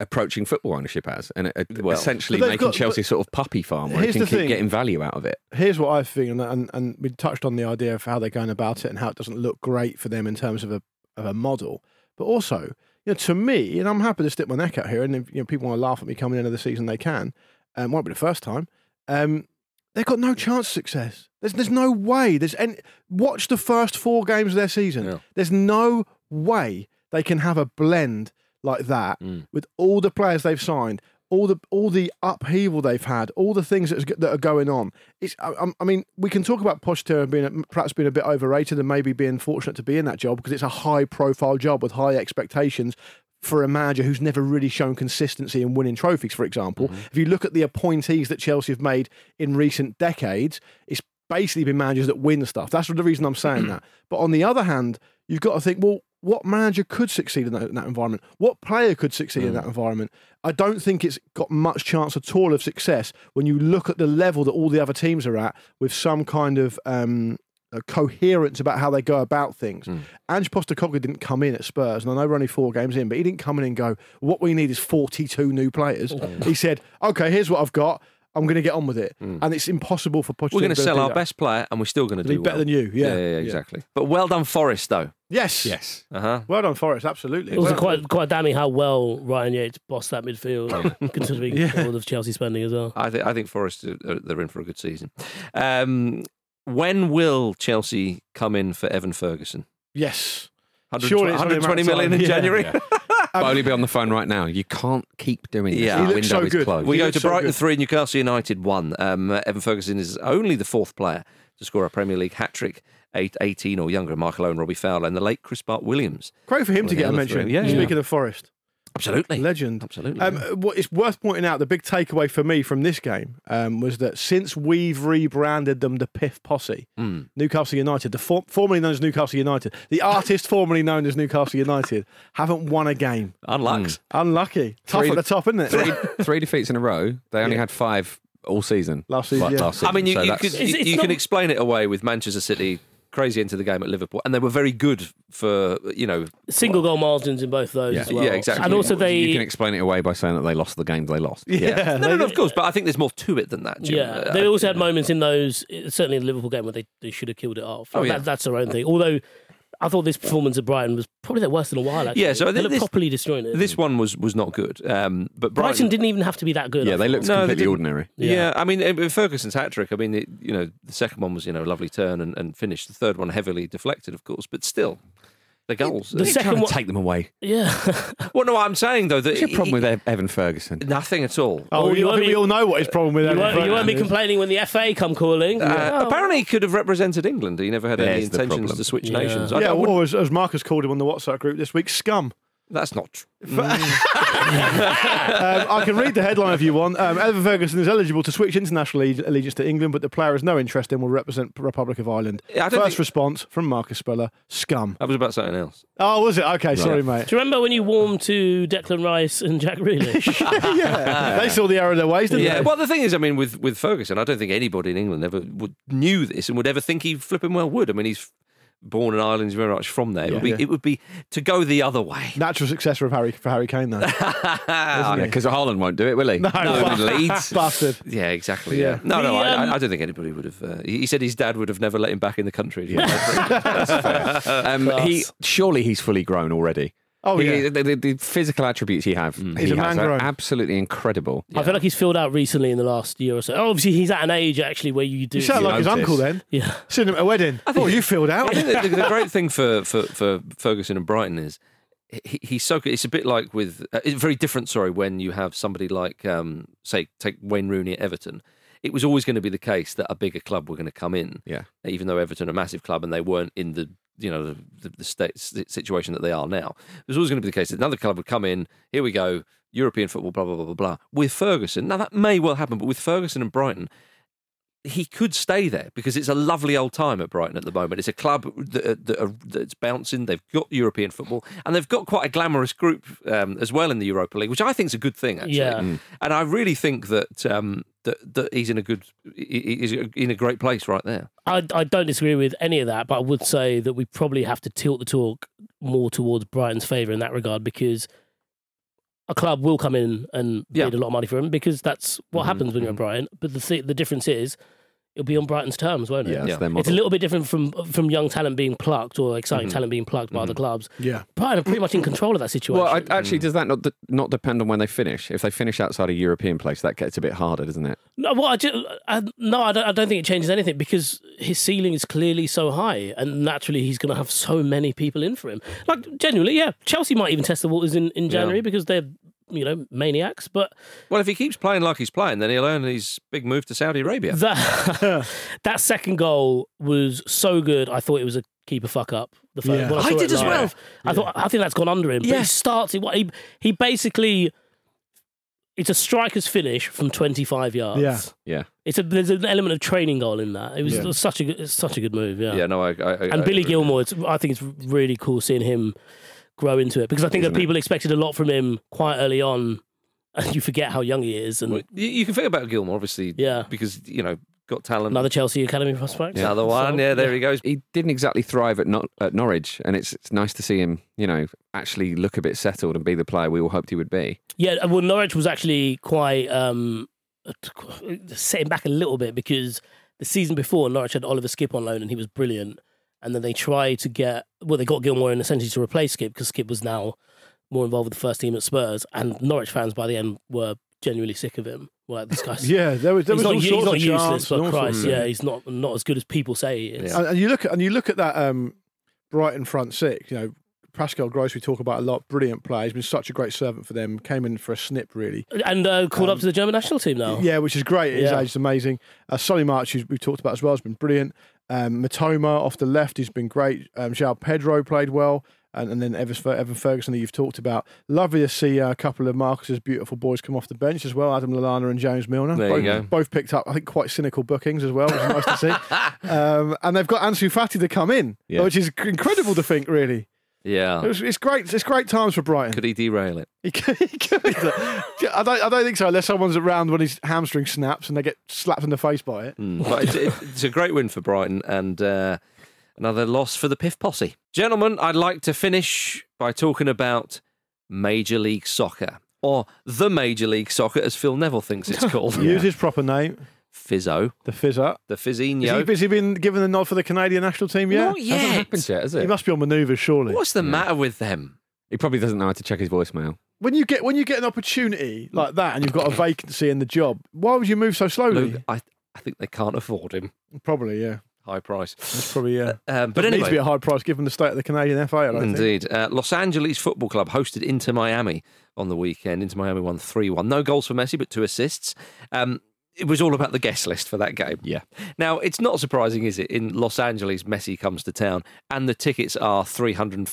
S2: approaching football ownership as, and uh,
S1: Well-
S2: essentially
S4: But they've
S2: making
S4: got-
S2: Chelsea
S4: but-
S2: sort of puppy farm where he
S4: Here's
S2: can
S4: the
S2: keep
S4: thing.
S2: getting value out of it.
S4: here's what I think, and, and and we touched on the idea of how they're going about it and how it doesn't look great for them in terms of a of a model, but also you know to me, and I'm happy to stick my neck out here, and if you know people want to laugh at me coming into the season, they can. Um, won't be the first time. Um, they've got no chance of success. There's there's no way. There's any, watch the first four games of their season.
S1: Yeah.
S4: There's no way they can have a blend like that with all the players they've signed, all the all the upheaval they've had, all the things that's, that are going on. It's I, I'm- I mean, we can talk about Pochettino being perhaps being a bit overrated and maybe being fortunate to be in that job because it's a high profile job with high expectations. For a manager who's never really shown consistency in winning trophies, for example, if you look at the appointees that Chelsea have made in recent decades, it's basically been managers that win stuff. That's the reason I'm saying that. But on the other hand, you've got to think, well, what manager could succeed in that, in that environment? What player could succeed in that environment? I don't think it's got much chance at all of success when you look at the level that all the other teams are at with some kind of um, uh, coherence about how they go about things.
S1: Hmm.
S4: Ange Postacoglu didn't come in at Spurs, and I know we're only four games in, but he didn't come in and go, "What we need is 42 new players."
S1: Hmm.
S4: he said, "Okay, here's what I've got. I'm going to get on with it," and it's impossible for Pochettino.
S1: We're going to
S4: to
S1: sell
S4: do
S1: our
S4: that.
S1: best player, and we're still going to
S4: be
S1: do
S4: better
S1: well.
S4: than you, yeah.
S1: yeah,
S4: Yeah.
S1: exactly. But well done, Forrest, though.
S4: Yes,
S2: Yes.
S1: Uh huh.
S4: Well done, Forrest. Absolutely.
S3: It was
S4: Well done.
S3: quite quite damning how well Ryan Yates bossed that midfield,
S1: Oh.
S3: considering all of Chelsea spending as well.
S1: I think I think Forest are, are- they're in for a good season. Um, when will Chelsea come in for Evan Ferguson?
S4: Yes.
S1: 120
S4: Surely it's only a
S1: 120
S4: matter of
S1: million in
S4: time. Yeah.
S1: January.
S2: I'll only be on the phone right now. You can't keep doing this.
S1: Yeah.
S2: The
S1: He
S4: looks
S2: window
S4: so
S2: is
S4: good.
S2: closed.
S1: We
S4: Um, He
S1: go
S4: looks
S1: to
S4: so
S1: Brighton
S4: good.
S1: three, Newcastle United one. Um, uh, Evan Ferguson is only the fourth player to score a Premier League hat trick. Eight, 18 or younger, Mark Alone, Robbie Fowler, and the late Chris Bart Williams.
S4: Great for him
S1: Well,
S4: to
S1: the
S4: get a
S1: other
S4: mention.
S1: three, yeah,
S4: Speaking of Forrest,
S1: Absolutely.
S4: legend.
S1: Absolutely,
S4: Um,
S1: yeah.
S4: what it's worth pointing out the big takeaway for me from this game um, was that since we've rebranded them the Piff Posse, Newcastle United, the for- formerly known as Newcastle United, the artist formerly known as Newcastle United, haven't won a game. Mm. Hmm.
S1: Unlucks.
S4: Unlucky. Tough
S2: Three-
S4: at the top, isn't it?
S2: Three defeats in a row. They only
S4: Yeah.
S2: had five all season.
S4: Last season,
S2: Like
S4: yeah.
S2: last
S1: I mean, you,
S2: season. So
S1: you,
S2: that's-
S1: could,
S3: It's-
S1: you,
S3: it's
S1: you can
S3: not-
S1: explain it away with Manchester City crazy into the game at Liverpool, and they were very good for you know
S3: Single goal margins in both those
S2: Yeah.
S3: as well.
S1: Yeah, exactly.
S3: And also
S2: You
S3: they
S2: can explain it away by saying that they lost the game they lost.
S4: yeah.
S1: No, no, no, of course, but I think there's more to it than that. Jim.
S3: Yeah,
S1: Uh,
S3: they also had moments in those, certainly in the Liverpool game, where they, they should have killed it off.
S1: Oh, yeah.
S3: that, that's their own thing. Although I thought this performance at Brighton was probably their worst in a while. Actually.
S1: Yeah, so I
S3: they
S1: think
S3: looked
S1: this-
S3: properly destroying it.
S1: This one was was not good, um, but
S3: Brighton,
S1: Brighton,
S3: didn't even have to be that good.
S2: Yeah,
S3: I
S2: they
S3: thought.
S2: looked
S1: No, they
S2: completely
S1: didn't.
S2: ordinary.
S1: Yeah.
S3: Yeah.
S1: I mean uh, Ferguson's hat trick. I mean, it, you know, the second one was you know a lovely turn and, and finish. The third one heavily deflected, of course, but still, the goals.
S3: The second
S2: Trying to
S3: one-
S2: take them away.
S3: Yeah,
S1: well, no, I'm saying though that
S2: What's your problem
S1: he-
S2: with Ev- Evan Ferguson?
S1: nothing at all. Uh,
S4: Oh,
S3: Oh,
S4: we-
S3: you
S4: I
S3: won't
S4: think
S3: be-
S4: we all know what his problem with
S3: you
S4: Evan
S3: won't, you won't be
S4: Ferguson is.
S3: complaining when the FA come calling.
S1: Uh,
S3: Yeah. Oh,
S1: Apparently, he could have represented England. He never had any
S2: There's the
S1: intentions
S2: problem.
S1: to switch
S3: Yeah.
S1: nations. I
S4: Yeah,
S1: don't-
S4: or as, as Marcus called him on the WhatsApp group this week, scum.
S1: that's not true.
S4: um, I can read the headline if you want. Um, Evan Ferguson is eligible to switch international alle- allegiance to England, but the player has no interest in will represent Republic of Ireland.
S1: Yeah, I
S4: First
S1: don't think-
S4: response from Marcus Speller, scum.
S1: That was about something else.
S4: Oh, was it? Okay, sorry, mate.
S3: Do you remember when you warmed to Declan Rice and Jack Grealish?
S4: yeah, they saw the error of their ways, didn't
S1: Yeah.
S4: they?
S1: Well, the thing is, I mean, with with Ferguson, I don't think anybody in England ever would knew this and would ever think he flipping well would. I mean, he's born in Ireland, he's very much from there. It would be
S4: Yeah.
S1: it would be to go the other way.
S4: Natural successor of Harry for Harry Kane, though.
S2: Yeah, because Haaland won't do it, will he? No,
S4: bastard.
S2: Leeds.
S4: Bastard.
S1: Yeah, exactly. Yeah.
S4: Yeah.
S1: No, no,
S3: The,
S1: I,
S3: um,
S1: I, I don't think anybody would have. Uh, he he said his dad would have never let him back in the country.
S2: Um, he surely he's fully grown already.
S4: Oh,
S2: He-
S4: yeah.
S2: the, the- the physical attributes he have, he
S4: He's a
S2: has
S4: man
S2: are
S4: grown.
S2: absolutely incredible.
S3: I feel like he's filled out recently in the last year or so. Obviously, he's at an age actually where you do.
S4: You sound like his
S2: notice.
S4: uncle then.
S3: yeah.
S4: Seen him at a wedding. oh, you filled
S1: I
S4: out.
S1: think the, the, the great thing for, for, for Ferguson and Brighton is he, he's so good. It's a bit like with uh, it's very different. Sorry, when you have somebody like um, say take Wayne Rooney at Everton, it was always going to be the case that a bigger club were going to come in.
S2: Yeah.
S1: even though Everton are a massive club and they weren't in the you know the, the, the state s- situation that they are now. It was always going to be the case that another club would come in. Here we go, European football, blah blah blah blah blah. With Ferguson, now that may well happen, but with Ferguson and Brighton, he could stay there because it's a lovely old time at Brighton at the moment. It's a club that, that are, that's bouncing. They've got European football and they've got quite a glamorous group um, as well in the Europa League, which I think is a good thing actually.
S3: Yeah. Mm.
S1: And I really think that um, that, that he's in a good, he- he's in a great place right there.
S3: I, I don't disagree with any of that, but I would say that we probably have to tilt the talk more towards Brighton's favour in that regard because a club will come in and
S1: Yeah.
S3: bid a lot of money for him because that's what happens when you're at Brighton. But the th- the difference is it'll be on Brighton's terms, won't it?
S2: Yeah, that's
S1: Yeah.
S2: their
S3: It's a
S2: model.
S3: little bit different from from young talent being plucked or exciting talent being plucked by other clubs.
S4: Yeah.
S3: Brighton are pretty much in control of that situation.
S2: well, I, actually, does that not de- not depend on when they finish? If they finish outside a European place, that gets a bit harder, doesn't it?
S3: No, well, I ju- I, no, I don't, I don't think it changes anything because his ceiling is clearly so high, and naturally he's going to have so many people in for him. Like genuinely, yeah, Chelsea might even test the waters in, in January because they're you know maniacs, but
S1: Well, if he keeps playing like he's playing, then he'll earn his big move to Saudi
S3: Mm.
S1: Arabia.
S3: that that second goal was so good. I thought it was a keeper fuck up. The first,
S4: Yeah.
S3: when
S1: I
S3: saw
S1: did
S3: it
S1: as
S3: live.
S1: well.
S3: I thought I think that's gone under him. But
S1: Yeah.
S3: he started what he he basically. It's a striker's finish from 25 yards.
S4: Yeah.
S2: Yeah.
S3: It's a there's an element of training goal in that. It was
S1: Yeah.
S3: such a good, it's such a good move. Yeah.
S1: Yeah, uh, no, I. I I-
S3: and
S1: I
S3: Billy
S1: agree.
S3: Gilmore, it's, I think it's really cool seeing him grow into it because I think that
S1: Isn't it?
S3: people expected a lot from him quite early on, and you forget how young he is. And
S1: Well, You, you can think about Gilmore, obviously,
S3: Mm. Yeah.
S1: because you know got talent.
S3: another Chelsea Academy prospect.
S1: Another one,
S3: So,
S1: yeah. There he goes.
S2: He didn't exactly thrive at, Nor- at Norwich, and it's it's nice to see him, you know, actually look a bit settled and be the player we all hoped he would be.
S3: Yeah, uh, well, Norwich was actually quite um, setting back a little bit because the season before Norwich had Oliver Skip on loan and he was brilliant. And then they tried to get well, they got Gilmore in essentially to replace Skip because Skip was now more involved with the first team at Spurs. And Norwich fans by the end were genuinely sick of him. Were like, this guy's
S4: Yeah, there was there
S3: he's
S4: was
S3: not,
S4: all
S3: he's
S4: sorts
S3: not
S4: of
S3: useless
S4: chance
S3: for
S4: and all sorts
S3: Christ.
S4: of-
S3: Yeah, he's not not as good as people say he is.
S4: And, and you look at and you look at that um, Brighton front six. You know, Pascal Gross. We talk about a lot. Brilliant player. He's been such a great servant for them. Came in for a snip, really.
S3: And uh, called up to the German national team now.
S4: Um, Yeah, which is great. At his
S3: Yeah.
S4: age is amazing. Uh, Solly March, who we've talked about as well, has been brilliant. Um, Matoma off the left, he's been great. Um, João Pedro played well. And, and then Evers, Evan Ferguson, that you've talked about. Lovely to see uh, a couple of Marcus's beautiful boys come off the bench as well. Adam Lallana and James Milner.
S1: There you
S4: both,
S1: go.
S4: both picked up, I think, quite cynical bookings as well, which is nice to see. Um, and they've got Ansu Fati to come in,
S2: Yeah.
S4: which is incredible to think, really. It
S1: Yeah.
S4: was, it's great. It's great times for Brighton.
S1: Could he derail it?
S4: He could, he could. I, don't, I don't think so, unless someone's around when his hamstring snaps and they get slapped in the face by it.
S1: but it's, it- it's a great win for Brighton and uh, another loss for the Piff Posse. Gentlemen, I'd like to finish by talking about Major League Soccer. Or the Major League Soccer, as Phil Neville thinks it's called.
S4: Use his proper name,
S1: Fizzo.
S4: the Fizzer.
S1: The
S4: Is he
S1: Fizzinho.
S4: busy been given the nod for the Canadian national team yet?
S1: Not yet.
S2: Hasn't happened yet, has
S4: He
S2: it?
S4: must be on manoeuvres, surely.
S1: What's the matter with them?
S2: He probably doesn't know how to check his voicemail.
S4: When you get when you get an opportunity like that and you've got a vacancy in the job, why would you move so slowly?
S1: Look, I, I think they can't afford him.
S4: Probably, yeah.
S1: High price.
S4: That's probably yeah.
S1: Um, but
S4: it
S1: anyway,
S4: needs to be a high price given the state of the Canadian FA. I don't think.
S1: Indeed. Uh, Los Angeles Football Club hosted Inter Miami on the weekend. Inter Miami won 3 1. No goals for Messi, but two assists. Um, it was all about the guest list for that game.
S2: Yeah.
S1: Now, it's not surprising, is it? In Los Angeles, Messi comes to town and the tickets are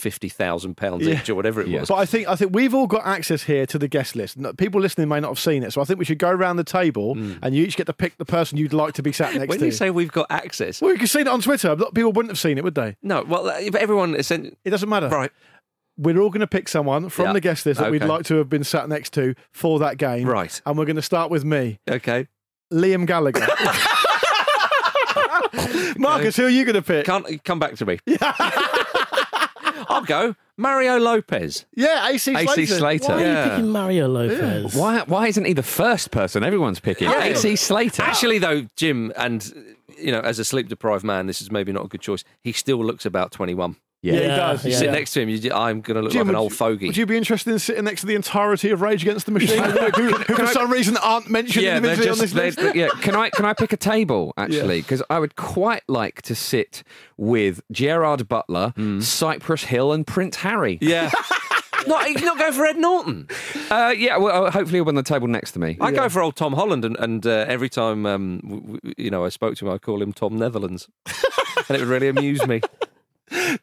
S1: £350,000 each or whatever it was.
S4: But I think I think we've all got access here to the guest list. No- People listening may not have seen it, so I think we should go around the table
S1: Hmm.
S4: and you each get to pick the person you'd like to be sat next
S1: when
S4: to.
S1: you say we've got access,
S4: well, you can see it on Twitter. A lot of people wouldn't have seen it, would they?
S1: no, well, uh, if everyone is sent-
S4: It doesn't matter.
S1: Right.
S4: We're all going to pick someone from
S1: Yeah.
S4: the guest list that we'd
S1: Okay.
S4: like to have been sat next to for that game.
S1: Right.
S4: And we're going to start with me,
S1: Okay.
S4: Liam Gallagher. Marcus, who are you going to pick?
S1: Can't come back to me. I'll go. Mario Lopez.
S4: Yeah, AC Slater.
S2: AC Slater.
S3: Why are
S1: Yeah.
S3: you picking Mario Lopez?
S2: Why, why isn't he the first person everyone's picking?
S1: Yeah.
S2: AC Slater.
S1: Actually, though, Jim, and you know, as a sleep deprived man, this is maybe not a good choice. He still looks about twenty one.
S2: Yeah.
S4: he does.
S1: You
S3: yeah.
S1: sit next to him, you, ju- I'm going to look
S4: Jim,
S1: like an
S4: would
S1: old
S4: you-
S1: fogey.
S4: Would you be interested in sitting next to the entirety of Rage Against the Machine, who, who- who for some reason aren't mentioned
S2: yeah, they're
S4: individually on this
S2: just,
S4: list?
S2: they're- yeah. Can I can I pick a table actually? Because I would quite like to sit with Gerard Butler, Cypress Hill, and Prince Harry.
S1: yeah. not, he's not going for Ed Norton.
S2: Uh, yeah. Well, uh, hopefully he'll be on the table next to me.
S1: I go for old Tom Holland, and, and uh, every time um, w- w- you know I spoke to him, I call him Tom Netherlands, and it would really amuse me.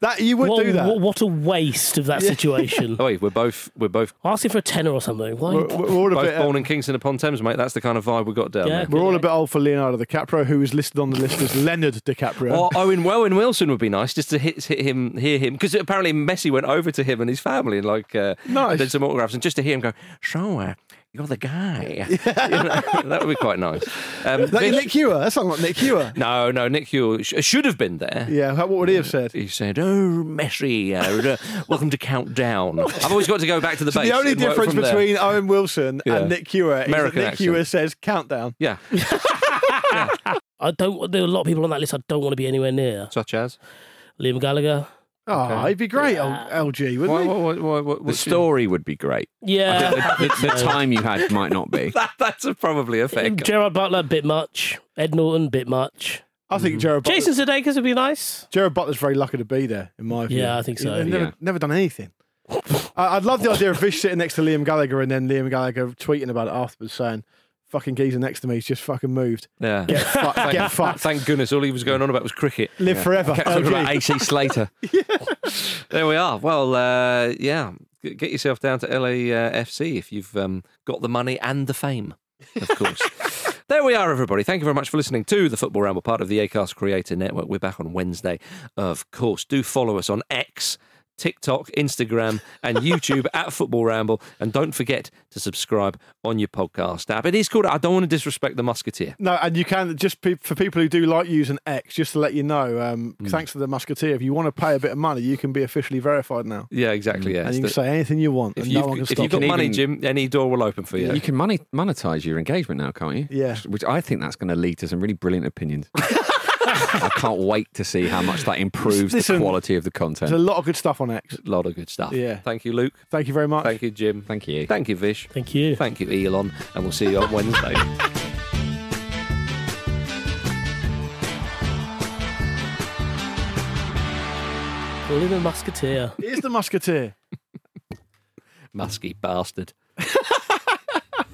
S4: That you would
S3: what,
S4: do that.
S3: What, what a waste of that situation.
S1: Oh, wait, we're both we're both
S3: Asking for a tenner or something. Why?
S4: we're, we're all a
S1: both
S4: bit. uh,
S1: born in Kingston upon Thames, mate. That's the kind of vibe we got down
S3: Yeah.
S1: there.
S4: we're all a bit old for Leonardo DiCaprio, who is listed on the list as Leonard DiCaprio.
S1: Or Owen Owen Wilson would be nice just to hit, hit him, hear him, because apparently Messi went over to him and his family and like uh,
S4: Nice.
S1: did some autographs, and just to hear him go, "So, uh, you're the guy," You know, that would be quite nice. Um,
S4: Is that
S1: Vish-
S4: Nick Hewer. That sounds like Nick Hewer.
S1: no, no, Nick Huell sh- should have been there.
S4: yeah, how- what would he have said?
S1: He said, "Oh, Messi, uh, uh, welcome to Countdown." I've always got to go back to the
S4: So
S1: base.
S4: the only
S1: and work
S4: difference
S1: from there.
S4: between Owen Wilson
S1: Yeah.
S4: and Nick Hewer is
S1: American
S4: that Nick
S1: accent.
S4: Hewer says countdown.
S1: yeah,
S3: I don't. There are a lot of people on that list. I don't want to be anywhere near
S1: such as
S3: Liam Gallagher.
S4: Oh, he'd be great, old LG, wouldn't he?
S2: the story would be great.
S3: Yeah,
S2: The, the time you had might not be.
S1: that, that's a, probably a fair. cut.
S3: Gerard Butler, bit much. Ed Norton, bit much.
S4: I think Jared Butler,
S3: Jason Sudeikis would be nice.
S4: Jared Butler's very lucky to be there, in my view.
S3: Yeah, I think so,
S4: He's never,
S2: yeah.
S4: never done anything. I- I'd love the idea of Vish sitting next to Liam Gallagher and then Liam Gallagher tweeting about it afterwards saying, fucking geezer next to me, he's just fucking moved.
S1: Yeah.
S4: Get, fucked. get fucked.
S1: Thank goodness, all he was going on about was cricket.
S4: Live forever. Oh,
S2: Kept talking about
S4: LG.
S2: AC Slater.
S1: There we are. Well, uh, yeah, G- get uh, yourself down to LAFC if you've um, got the money and the fame, of course. There we are, everybody. Thank you very much for listening to the Football Ramble, part of the Acast Creator Network. We're back on Wednesday, of course. Do follow us on X. TikTok, Instagram, and YouTube at Football Ramble. And don't forget to subscribe on your podcast app. It is called I Don't Want to Disrespect the Musketeer.
S4: No, and you can just pe- for people who do like using X, just to let you know. Um,
S3: Hmm.
S4: Thanks to the Musketeer, if you want to pay a bit of money, you can be officially verified now,
S1: Yeah, exactly. Yeah.
S4: Mm. and
S1: It's
S4: you can
S1: the-
S4: say anything you want,
S1: if
S4: and
S1: you've,
S4: no one can
S1: if
S4: stop
S1: you've got
S4: you.
S1: money,
S2: even-
S1: Jim, any door will open for you.
S2: You can money, monetize your engagement now, can't you?
S4: Yeah.
S2: Which, which I think that's going to lead to some really brilliant opinions. I can't wait to see how much that improves
S4: Listen,
S2: the quality of the
S4: There's a
S2: content.
S4: lot of good stuff on X.
S1: A lot of good stuff.
S4: Yeah.
S1: Thank you, Luke.
S4: Thank you very much.
S1: Thank you, Jim.
S2: Thank you.
S1: Thank you, Vish.
S3: Thank you.
S1: Thank you, Elon. And we'll see you on Wednesday.
S3: Call him a musketeer.
S4: Here's the Musketeer.
S1: Musky bastard.